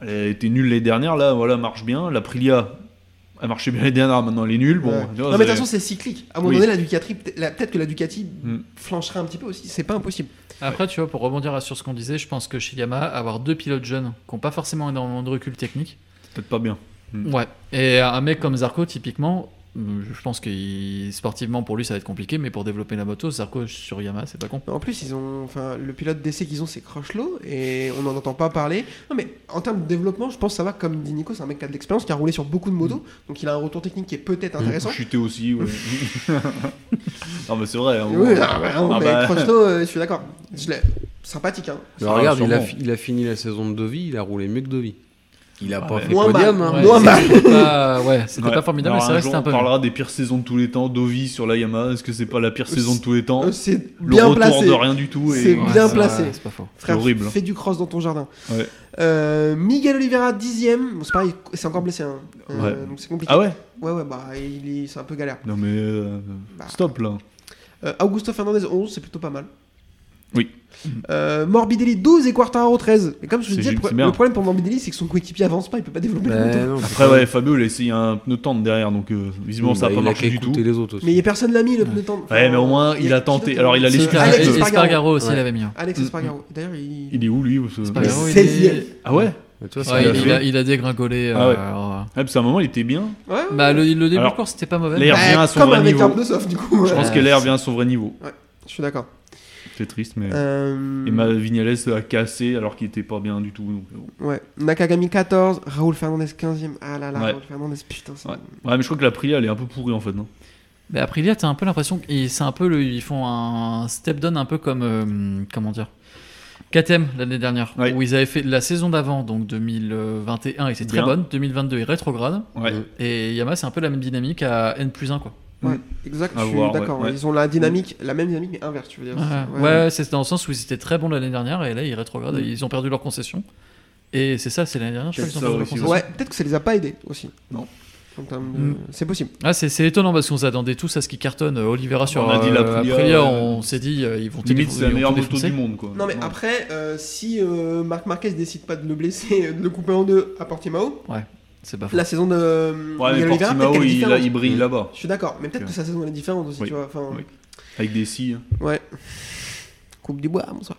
elle était nulle les dernières. Là, voilà, marche bien. La Prilia, Elle marchait bien les dernières, maintenant elle est nulle. Bon,
Ouais.
tu vois,
non, mais de toute façon,
c'est-
c'est cyclique. À un moment
Oui.
donné, la Ducati, peut- la- peut-être que la Ducati
Hmm.
flanchera un petit peu aussi. C'est pas impossible.
Après, tu vois, pour rebondir à- sur ce qu'on disait, je pense que chez Yamaha, avoir deux pilotes jeunes qui n'ont pas forcément énormément de recul technique,
c'est peut-être pas bien.
ouais. Et un mec comme Zarco, typiquement, euh, je pense que il- sportivement pour lui ça va être compliqué, mais pour développer la moto, Zarco sur Yamaha, c'est pas con.
En plus, ils ont, enfin, le pilote d'essai qu'ils ont, c'est Crochelot, et on n'en entend pas parler. Non, mais en termes de développement, je pense que ça va. Comme dit Nico, c'est un mec qui a de l'expérience, qui a roulé sur beaucoup de
Mm.
motos, donc il a un retour technique qui est peut-être intéressant.
Chuter aussi,
*laughs*
ouais. non, mais c'est vrai. hein.
Oui, ah, bah, non,
Ah
mais
bah,
Crochelot, euh, je suis d'accord. Je l'ai- Sympathique, hein.
Alors,
Ah,
regarde, il a,
sûrement.
fi- il a fini la saison de Dovi, il a roulé mieux que Dovi. Il a
Ah,
pas
mais-
fait
Moins
podium,
mal.
hein.
Moins
c'est-
mal.
c'était pas, ouais, c'était
Ouais.
pas formidable,
Alors,
mais c'est
un
vrai que
jour,
c'était un peu.
On parlera des pires saisons de tous les temps. Dovi sur la Yamaha, est-ce que c'est pas la pire saison de tous les temps
Euh, C'est
Le
bien
retour
placé.
de rien du tout.
C'est
Et...
Ouais,
bien
c'est
placé.
pas- C'est pas faux.
Frère,
horrible.
Fais du cross dans ton jardin.
Ouais.
Euh, Miguel Oliveira, dixième. Bon, c'est pareil, c'est encore blessé. hein. Euh,
Ouais.
Donc c'est compliqué.
Ah ouais
ouais, ouais, bah, il est- c'est un peu galère.
Non, mais euh,
Bah.
stop là.
Euh, Augusto Fernandez 11, c'est plutôt pas mal.
Oui.
Euh, Morbidelli 12 et Quartararo 13. Et comme je vous
C'est
disais, le,
gé-
pro-
c'est bien.
le problème pour Morbidelli, c'est que son coéquipier avance pas, il peut pas développer le moteur.
Ben non,
Après,
putain.
ouais, Fabio, il a essayé un pneu tendre derrière, donc euh, visiblement
Bon,
ça a
bah,
pas
il a
marché
qu'à
du tout.
écouter les autres aussi.
Mais personne l'a mis le pneu temps.
Ouais, mais au moins, il a tenté. Alors, il a
C'est-
laissé
ah,
Alex
et- et
Espargaro.
Espargaro aussi
Ouais.
l'avait mis. hein.
Alex Espargaro. D'ailleurs, il.
Il est où lui parce que-
Espargaro,
Mais
il est-
16e.
Ah ouais
Mais tu vois, ça
Ouais,
lui a
il,
fait-
il a, il a dégringolé.
Ah ouais.
euh, alors,
Ouais, parce qu'à un moment, il était bien.
Ouais, ouais.
euh, bah, le, le début
Alors,
de course, c'était pas mauvais.
l'air- il revient à son
comme
vrai
avec
niveau.
un pneu soft, du coup.
Je
ouais.
pense
Ouais.
que l'air vient à son vrai niveau.
Je suis d'accord.
C'est triste, mais.
Euh,
Et ma Vignales a cassé alors qu'il était pas bien du tout. donc, euh, bon.
Ouais. Nakagami 14, Raoul Fernandez 15e. Ah là là,
Ouais.
Raoul Fernandez, putain, c'est.
Ouais. Ouais, mais je crois que la Priya, elle est un peu pourrie en fait. Non
Mais Aprilia, t'as un peu l'impression qu'ils c'est un peu le- ils font un step down un peu comme euh, comment dire KTM l'année dernière
Ouais.
où ils avaient fait la saison d'avant donc 2021 et c'est très
Bien.
bonne 2022 est rétrograde
ouais.
Mm.
et Yamaha c'est un peu la même dynamique à N plus 1 quoi.
Ouais, exact,
À
je suis
voir, ouais,
d'accord.
ouais.
Ils ont la dynamique, la même dynamique, mais inverse, tu veux dire.
Ouais, ouais, c'est dans le sens où ils étaient très bons l'année dernière et là ils rétrogradent et ils ont perdu leur concession et c'est ça c'est l'année dernière je crois
Peut-être
qu'ils ont
ça
perdu leur
aussi,
concession.
Ouais, peut-être que ça les a pas aidés aussi.
Non. Hmm.
En termes de-
Mm.
C'est possible.
Ah, c'est c'est étonnant parce qu'on s'attendait tous à ce qui cartonne euh, Oliveira sur
On a dit
euh,
l'Aprilia,
Aprilia,
euh,
on s'est dit euh, ils vont
Limite,
téléfo-
c'est la
ils vont
meilleure
tout
moto
défoncer.
du monde quoi.
Non, mais
Ouais.
après, euh, si euh, Marc Marquez décide pas de le blesser, *laughs* euh, de le couper en deux à Portimao,
c'est pas faux.
la saison de euh,
Ouais, mais
Miguel Oliveira, peut-être
Portimao,
qu'elle Mmh. est
il,
différente.
là, il brille
Mm.
là-bas.
Je suis d'accord, mais peut-être
Ok.
que sa saison elle est différente aussi,
Oui.
tu vois. Enfin,
Oui. Avec des scies. hein. *laughs*
ouais. Coupe du bois, bonsoir.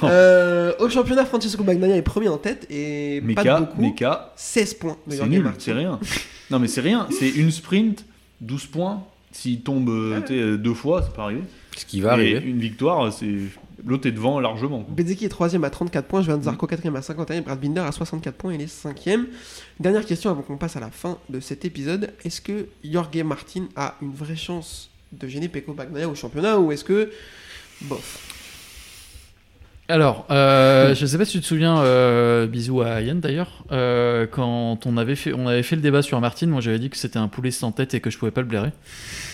Oh.
Euh, au championnat, Francesco Bagnaia est premier en tête et pas de
Meka,
beaucoup.
Meka,
16 points de
c'est
Jorge
nul,
Martin.
c'est rien. Non, mais c'est rien. C'est une sprint, 12 points. S'il tombe euh,
Ah.
tu sais, deux fois, c'est pas arrivé.
Ce qui va
Et
arriver.
une victoire, c'est. L'autre est devant largement. quoi.
Bezeki est 3ème à 34 points, Johan Zarco 4ème à 51, Brad Binder à 64 points, il est 5ème. Dernière question avant qu'on passe à la fin de cet épisode. Est-ce que Jorge Martin a une vraie chance de gêner Pecco Bagnaia au championnat ou est-ce que. Bof.
Alors, euh, je sais pas si tu te souviens, euh, bisous à Yann d'ailleurs, euh, quand on avait, fait, on avait fait le débat sur Martin, moi j'avais dit que c'était un poulet sans tête et que je pouvais pas le blairer,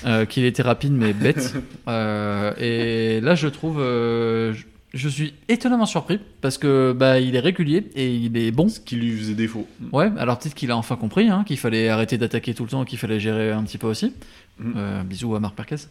euh, qu'il était rapide
*laughs*
mais bête. Euh, et là, je trouve, euh, je, je suis étonnamment surpris parce que bah, il est régulier et il est bon.
Ce qui lui faisait défaut.
Ouais, alors peut-être qu'il a enfin compris hein, qu'il fallait arrêter d'attaquer tout le temps, qu'il fallait gérer un petit peu aussi.
Mm.
Euh, bisous à Marc Perquez.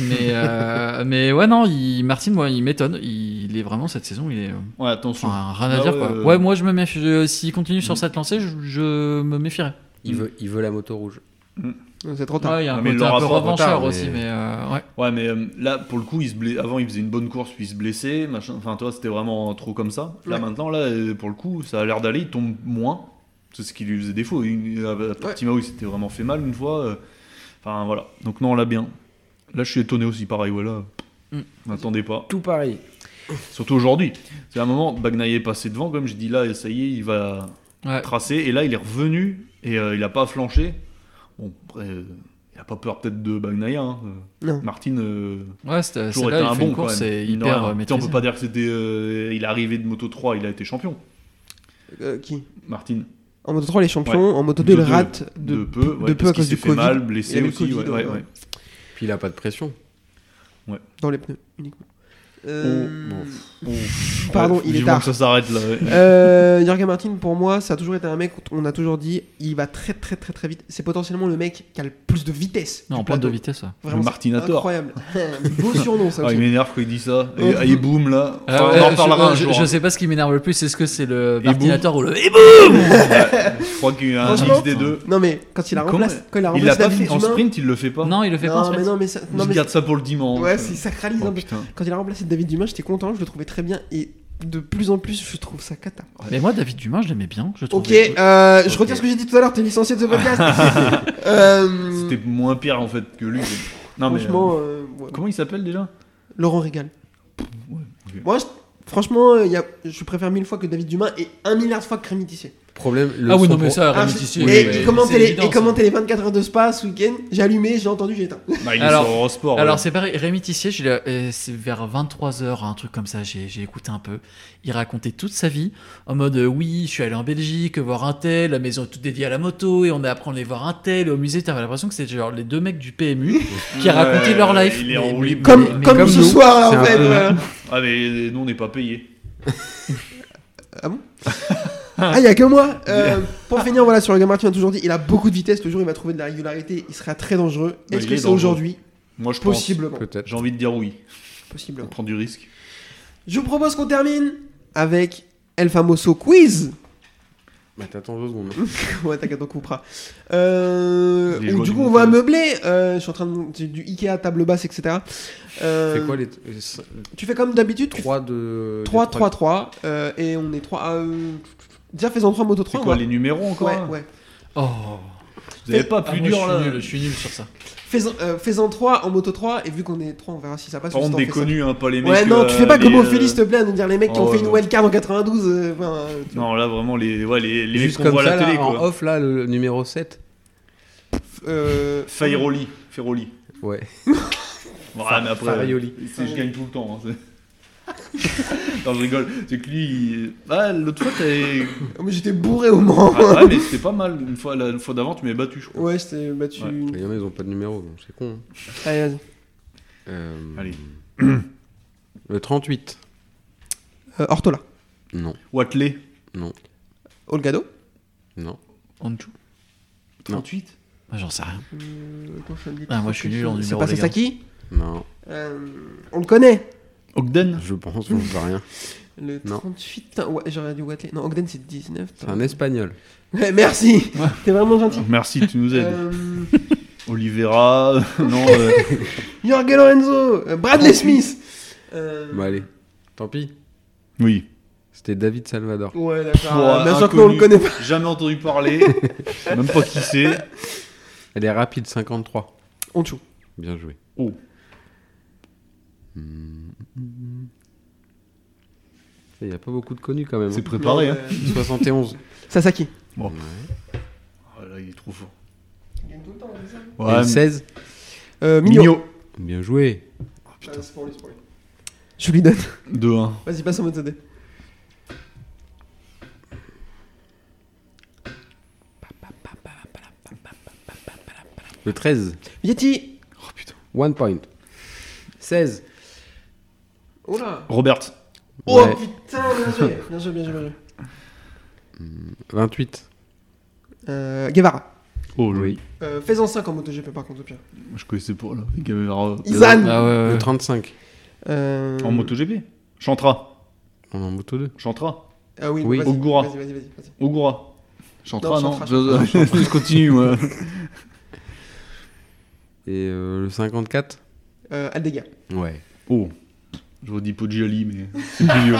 Mais, euh, *laughs* mais ouais, non, il, Martin, moi, il m'étonne. Il, il est vraiment cette saison, il est. euh,
Mmh. Ouais, attention.
Enfin, rien à
Ah
dire
ouais,
quoi.
euh,
Ouais, moi je me méfie. je- S'il continue
Mm.
sur cette lancée, je, je me méfierai.
Il veut, il veut la moto rouge.
euh, C'est trop tard.
Ouais, il y a un
Ah, mais il
côté un
l'aura
peu
pas en
revancheur
retard, mais-
aussi, mais euh, ouais.
Ouais, mais euh, là, pour le coup, il se bla- avant, il faisait une bonne course, puis il se blessait, machin. Enfin, toi, c'était vraiment trop comme ça. Là,
Ouais.
maintenant, là, euh, pour le coup, ça a l'air d'aller, il tombe moins. C'est ce qui lui faisait défaut. Il, à à Portimao, il s'était vraiment fait mal une fois. euh. Enfin, voilà. Donc, non, là, bien. Là, je suis étonné aussi, pareil, ouais, là.
Mm.
N'attendez pas.
Tout pareil.
Surtout aujourd'hui. C'est un moment, Bagnaia est passé devant, comme je dis là, et ça y est, il va
Ouais.
tracé. Et là, il est revenu et euh, il a pas flanché. Bon, après, euh, il a pas peur peut-être de Bagnaia. hein. Euh,
Non.
Martin, euh,
Ouais, c'est
toujours
là
été
il
un
fait
bon
une course,
quand même.
c'est
Mine de rien.
hyper euh,
Tu sais, On
maîtrisé.
peut pas dire que c'était. euh, il est arrivé de Moto 3, il a été champion.
Euh, qui
Martin,
En moto 3, il est champion. En moto 2, il
De- de-
rate
de,
de,
peu, ouais,
de peu
parce
à
qu'il
cause
s'est
du
fait
Covid. euh,
mal,
Il
blessé
avait le
aussi.
Covid,
ouais, ouais,
ouais.
ouais.
Puis il a pas de pression.
dans les pneus uniquement. Euh,
Oh,
bon,
Pardon, il est
du
tard.
moins que Ça s'arrête là. ouais.
Euh, Jorgen Martin, pour moi, ça a toujours été un mec, on a toujours dit, il va très très très très vite. C'est potentiellement le mec qui a le plus de vitesse.
Non,
du
en plein de
plateau.
vitesse. ça.
Vraiment,
Le
c'est
Martinator. *laughs*
Incroyable. Beau surnom, ça
Ah,
aussi.
il m'énerve quand il dit ça. Et,
Oh.
ah, et boum là.
Euh,
Enfin,
ouais,
on en parlera un
je,
jour.
je
hein.
sais pas ce qui m'énerve le plus, c'est ce que c'est le
Et
Martinator ou le Eh ben
Je crois qu'il y a un
Franchement,
mix des deux.
Non mais quand il a
Comment-
remplacé, quand il a
Il l'a
remplacé
pas
David
fait en
Dumain-
sprint, il le fait pas.
Non, il le fait pas. en
Non mais
fait.
non mais ça, non,
je
mais
garde ça pour le dimanche.
ouais, c'est sacralise
Oh,
un peu.
putain.
Quand il a remplacé David Dumain, j'étais content, je le trouvais très bien et de plus en plus, je trouve ça cata.
Mais moi, David Dumain, je l'aimais bien. Je
Ok,
trouvais-
euh, je
Ok.
retire ce que j'ai dit tout à l'heure. T'es licencié de ce
*laughs*
podcast. Euh,
C'était moins pire en fait que lui. Non, mais,
franchement, euh, ouais.
euh, comment il s'appelle déjà
Laurent Régal.
Ouais, ok.
Moi, je- franchement, euh, y a- je préfère mille fois que David Dumain et un milliard de fois que Rémi Tissier.
Problème. le
Ah oui,
son
non, mais
pro-
ça, Rémi
Ah,
Tissier,
et,
oui,
et
mais
commenter
c'est
les,
évident,
et commenter les 24 heures de spa ce week-end, j'ai allumé, j'ai entendu, j'ai éteint.
Bah, il est
Alors-
sur Eurosport.
Alors
ouais.
c'est pareil, Rémi Tissier, je l'ai- euh, c'est vers 23h, un truc comme ça, j'ai j'ai écouté un peu. Il racontait toute sa vie en mode euh, oui, je suis allé en Belgique voir un tel, la maison est toute dédiée à la moto, et on est après on est voir un tel, et au musée, t'avais l'impression que c'était genre les deux mecs
*laughs*
du PMU qui
Ouais,
racontaient leur life.
il est
Mais-
en
mais-
roue libre.
Comme,
mais-
comme,
comme
ce
nous,
soir, là,
c'est
en
un
fait.
peu-
voilà.
Ah, mais nous on n'est pas payés.
Ah, il y a que
*laughs*
moi. Euh, pour finir, voilà, sur le Martin, on a toujours dit, il a beaucoup de vitesse. Le jour où il va trouver de la régularité, il sera très dangereux. Est-ce
Ouais, Bah, il
que
est
c'est
dangereux.
aujourd'hui
Moi je pense.
Possiblement.
Peut-être.
J'ai envie de dire oui. On
Possiblement.
prend du risque.
Je vous propose qu'on termine avec El Famoso Quiz. *laughs*
Bah, t'attends deux secondes.
Ouais, t'inquiète, on coupera. Euh,
Les
où,
joies
du
du
coup, on
monde.
va meubler. Euh, je suis en train de. c'est Du Ikea, table basse, etc. Euh,
Fais quoi les. les cin-
Tu fais comme d'habitude, tu-
3 de.
3,
des
3, 3. euh, et on est 3 à. euh, Déjà, faisons 3 moto 3.
C'est quoi les numéros encore
Ouais,
là
ouais.
Oh,
Vous avez pas
Ah,
plus
moi,
dur
je suis
là
nul, je suis nul sur ça.
Faisons, euh, faisons 3 en moto 3. Et vu qu'on est 3, on verra si ça passe.
Par
ou si
contre,
t'en
des
fais
connus, hein, pas les
cinq.
mecs.
Ouais, non, tu
euh,
fais pas comme
les,
au Philly,
euh,
s'il te plaît, à nous dire les mecs qui ont
oh,
fait une
ouais.
wildcard en 92. euh, enfin, euh, tu vois.
Non, là vraiment, les, ouais, les, les mecs
Juste
qu'on
comme
voit à
ça,
la télé
là, en
quoi.
off, là, le numéro 7.
Euh,
Fairoli. Fairoli.
Ouais.
Ouais, mais après.
Farioli.
euh, c'est- Je gagne tout le temps. hein, c'est- *laughs* non, je rigole. C'est que lui. il- Ah, l'autre fois, t'avais.
Mais j'étais bourré au moment.
Ah, ouais, mais c'était pas mal. Une fois, la une fois d'avant, tu m'avais battu, je crois.
*laughs* Ouais, j'étais battu.
Ouais.
Il y en a, ils ont pas de numéro, donc c'est con. hein.
Allez, vas-y.
Euh,
Allez.
Le 38.
Euh, Ortola.
Non.
Watley.
Non.
Olgado.
Non.
Anjou
38
Moi, Bah, J'en sais rien.
Euh, attends, ça me dit
Ah, moi, je suis
quelque
nul en
chose.
numéro,
C'est pas
les gars.
Sasaki
Non.
Euh, on le connaît.
Ogden
Je pense, je ne sais rien.
Le
Non.
38. Ouais, j'aurais dû Watley. Non, Ogden c'est 19.
C'est un espagnol.
Ouais, merci. T'es vraiment gentil.
Merci, tu nous aides.
Euh,
Olivera. *laughs* non, euh,
Jorge Lorenzo. euh, Bradley Smith. Euh,
Bah, allez. Tant pis.
oui.
C'était David Salvador.
Ouais, d'accord.
Pouah,
euh, bien sûr que nous, on le
inconnu.
connaît pas.
Jamais entendu parler.
*laughs*
Je sais même pas qui c'est.
Elle est rapide, 53.
On tchou.
Bien joué.
Oh.
Hmm. Il n'y a pas beaucoup de connus quand même.
C'est
hein.
préparé.
Non,
hein.
euh,
*laughs* 71.
Sasaki.
Ah, là, il est trop fort.
Et le 16.
Euh, Migno.
Migno.
Bien joué.
Euh, c'est pour lui, c'est pour lui. Je lui donne.
2-1.
Vas-y, passe en mode CD.
Le 13.
Yeti.
Oh putain.
One point. 16.
Oh là.
Robert.
Oh
Ouais.
putain, bien joué. Bien joué, bien joué, bien joué.
28.
Euh, Guevara.
Oh
Oui.
Euh, Fais-en 5 en MotoGP par contre, au pire.
Je connaissais pas là. Il y avait, euh,
Izan.
Ah ouais, ouais,
Le
ouais.
35.
Euh,
En MotoGP. Chantra.
On est en moto 2.
Chantra.
Ah oui,
Oui.
vas-y,
Ogura.
Vas-y, vas-y, vas-y. vas-y.
Ogura. Chantra,
Non,
non,
Chantra,
Je- *laughs* Je, je continue, moi.
Et euh, le 54.
Euh, Aldega.
Ouais.
Oh. Je vous dis Poggioli, mais c'est plus vieux.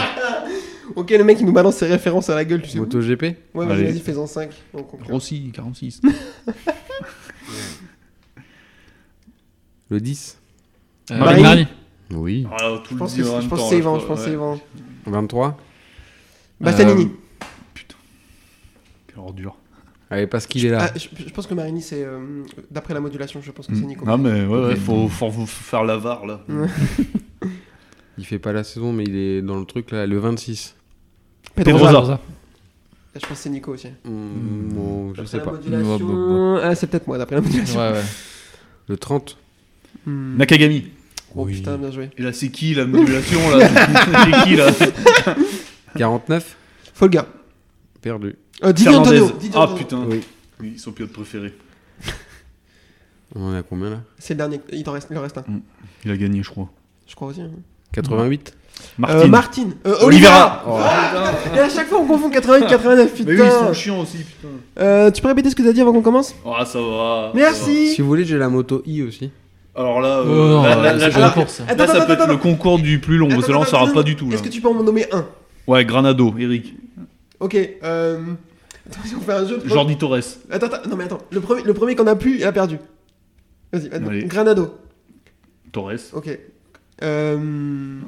Ok, le mec il nous balance ses références à la gueule, tu sais.
Moto GP.
où Ouais, vas-y,
Allez.
vas-y, fais-en 5. On comprend.
Rossi,
*laughs*
46.
Le 10.
Euh,
Marini.
Marini.
Oui.
Ah, là, tout
Je
le
pense que
dire
c'est-
en
je pense
même temps,
que c'est
là,
Yvan, je
crois,
pense que c'est
ouais.
Yvan.
23.
Bastianini.
Quelle ordure.
Allez, parce qu'il est là.
Ah, je, je pense que Marini c'est. euh, D'après la modulation, je pense que c'est Nico.
Ah, mais ouais, ouais,
Ok.
faut, faut, faut faire la VAR, là.
Ouais.
Il fait pas la saison, mais il est dans le truc là. Le 26.
Pedrosa.
Pedrosa.
Je pense que c'est Nico aussi.
Hmm, bon, je
D'après
sais
la
pas.
modulation-
Bon, bon, bon.
Ah, c'est peut-être moi d'après la modulation.
Ouais, ouais.
Le 30.
Hmm.
Nakagami.
Oh
Oui.
putain, bien joué.
Et là, c'est qui la modulation là C'est qui là
49
Folga.
Perdu.
Euh, Didier
Fernandez.
Antonio. Didier
Ah
Antonio.
putain,
Oui.
oui, ils sont pilotes préférés.
On en a combien là
C'est le dernier. Il en reste, il en reste un.
Il a gagné, je crois.
Je crois aussi. hein.
88
Martin.
Euh, Martin. Euh,
Olivera.
Olivera. Et à chaque fois, on confond 88 89.
*laughs* Mais oui, ils
Putain.
sont chiants aussi, putain.
Euh, tu peux répéter ce que t'as dit avant qu'on commence
Ah, ça va. ça
Merci.
Si vous voulez, j'ai la moto I aussi.
va. Alors là, euh,
Oh, non,
là, là,
c'est
là,
pas
là,
la course.
là, ça peut être le concours du plus long,
Attends,
parce que là, on
attends,
saura
attends,
pas du tout. Là.
Est-ce que tu peux en nommer un
Ouais, Granado, Eric.
Ok. Euh... Attends, si on fait un jeu. de-
Jordi Torres.
Attends, attends, non mais attends. Le premier, le premier qu'on a pu, il a perdu. Vas-y, attends.
Allez.
Granado.
Torres.
Ok. Euh...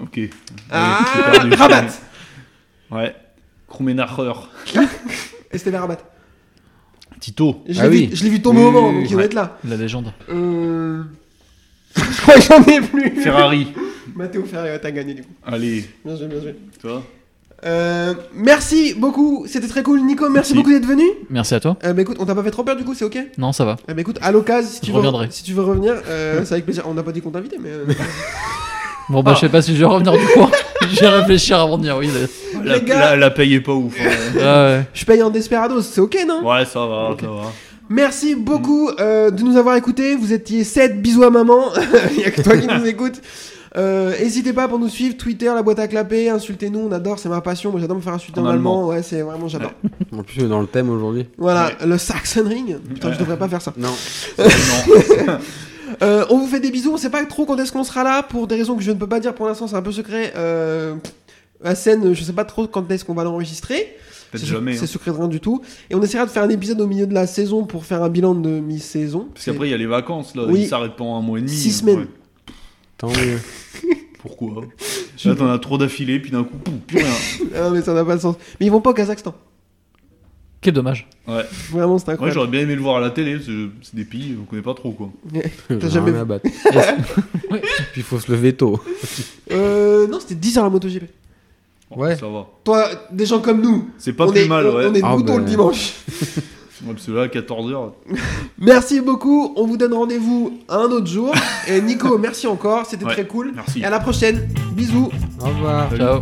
Ok. c'est
Ah,
perdu.
Rabat.
Ouais. Krumenacher.
Estevez Rabat.
Tito.
Je l'ai
Ah
vu,
oui.
je l'ai vu tomber
Oui,
au moment,
oui,
donc
oui,
il doit
ouais.
être là.
La légende.
Euh... *laughs* je crois que J'en ai plus.
Ferrari.
Matteo Ferrari, ouais, t'as gagné du coup.
Allez,
Bien joué, bien joué.
toi.
Euh, merci beaucoup, c'était très cool. Nico, merci,
Merci.
beaucoup d'être venu.
Merci à toi.
Euh, bah écoute, on t'a pas fait trop peur du coup, c'est ok
Non, ça va.
Eh ben écoute, à l'occasion, si, tu
Je
veux-
reviendrai.
si tu veux revenir, euh, c'est avec plaisir. On n'a pas dit qu'on t'invitait, mais. euh,
Bon, bah, je sais pas si je vais revenir du coin. *laughs* Je vais réfléchir avant de dire oui. là.
La,
Les gars.
la, la paye est pas ouf. hein.
Ah ouais.
je paye en Desperados, c'est ok, non
Ouais, ça va, ça va.
Merci beaucoup euh, de nous avoir écoutés. Vous étiez 7, bisous à maman. *laughs* Il n'y a que toi qui nous écoute. N'hésitez pas pour nous suivre Twitter, la boîte à clapper. Insultez-nous, on adore, c'est ma passion. Moi j'adore me faire insulter en,
En
allemand.
allemand.
Ouais, c'est vraiment, j'adore.
En plus, on est dans le thème aujourd'hui.
Voilà, le Sachsenring. Putain, je devrais pas faire ça.
Non.
Non.
Euh, on vous fait des bisous. On sait pas trop quand est-ce qu'on sera là pour des raisons que je ne peux pas dire pour l'instant. C'est un peu secret. Euh, la scène, je sais pas trop quand est-ce qu'on va l'enregistrer.
Peut-être
C'est
jamais.
c'est
hein.
secret de rien du tout. Et on essaiera de faire un épisode au milieu de la saison pour faire un bilan de mi-saison.
Parce qu'après, il y a les vacances, là.
Oui.
Ils s'arrêtent pas en un mois et demi.
Six
hein.
semaines.
Ouais.
Tant mieux.
Pourquoi Là, t'en as trop d'affilée, puis d'un coup, pouf, plus rien.
*laughs* Ah, mais ça n'a pas de sens. Mais ils vont pas au Kazakhstan.
Quel dommage.
Ouais.
Vraiment, c'est
Moi,
incroyable.
j'aurais bien aimé le voir à la télé, parce que c'est des pays qu'on connaît pas trop, quoi.
J'en ai
jamais
rien
vu.
à battre. Puis il faut se lever tôt.
euh, non, c'était 10 heures la MotoGP.
Bon,
Ouais.
Ça va.
Toi, des gens comme nous,
C'est pas
on,
plus
est,
mal,
on,
ouais.
on est
Ah,
moutons
ben.
le dimanche.
Ouais, parce que là, 14h.
Merci beaucoup. On vous donne rendez-vous un autre jour. Et Nico, merci encore. C'était
Ouais,
très cool.
merci.
Et à la prochaine. Bisous.
Au revoir.
Ciao.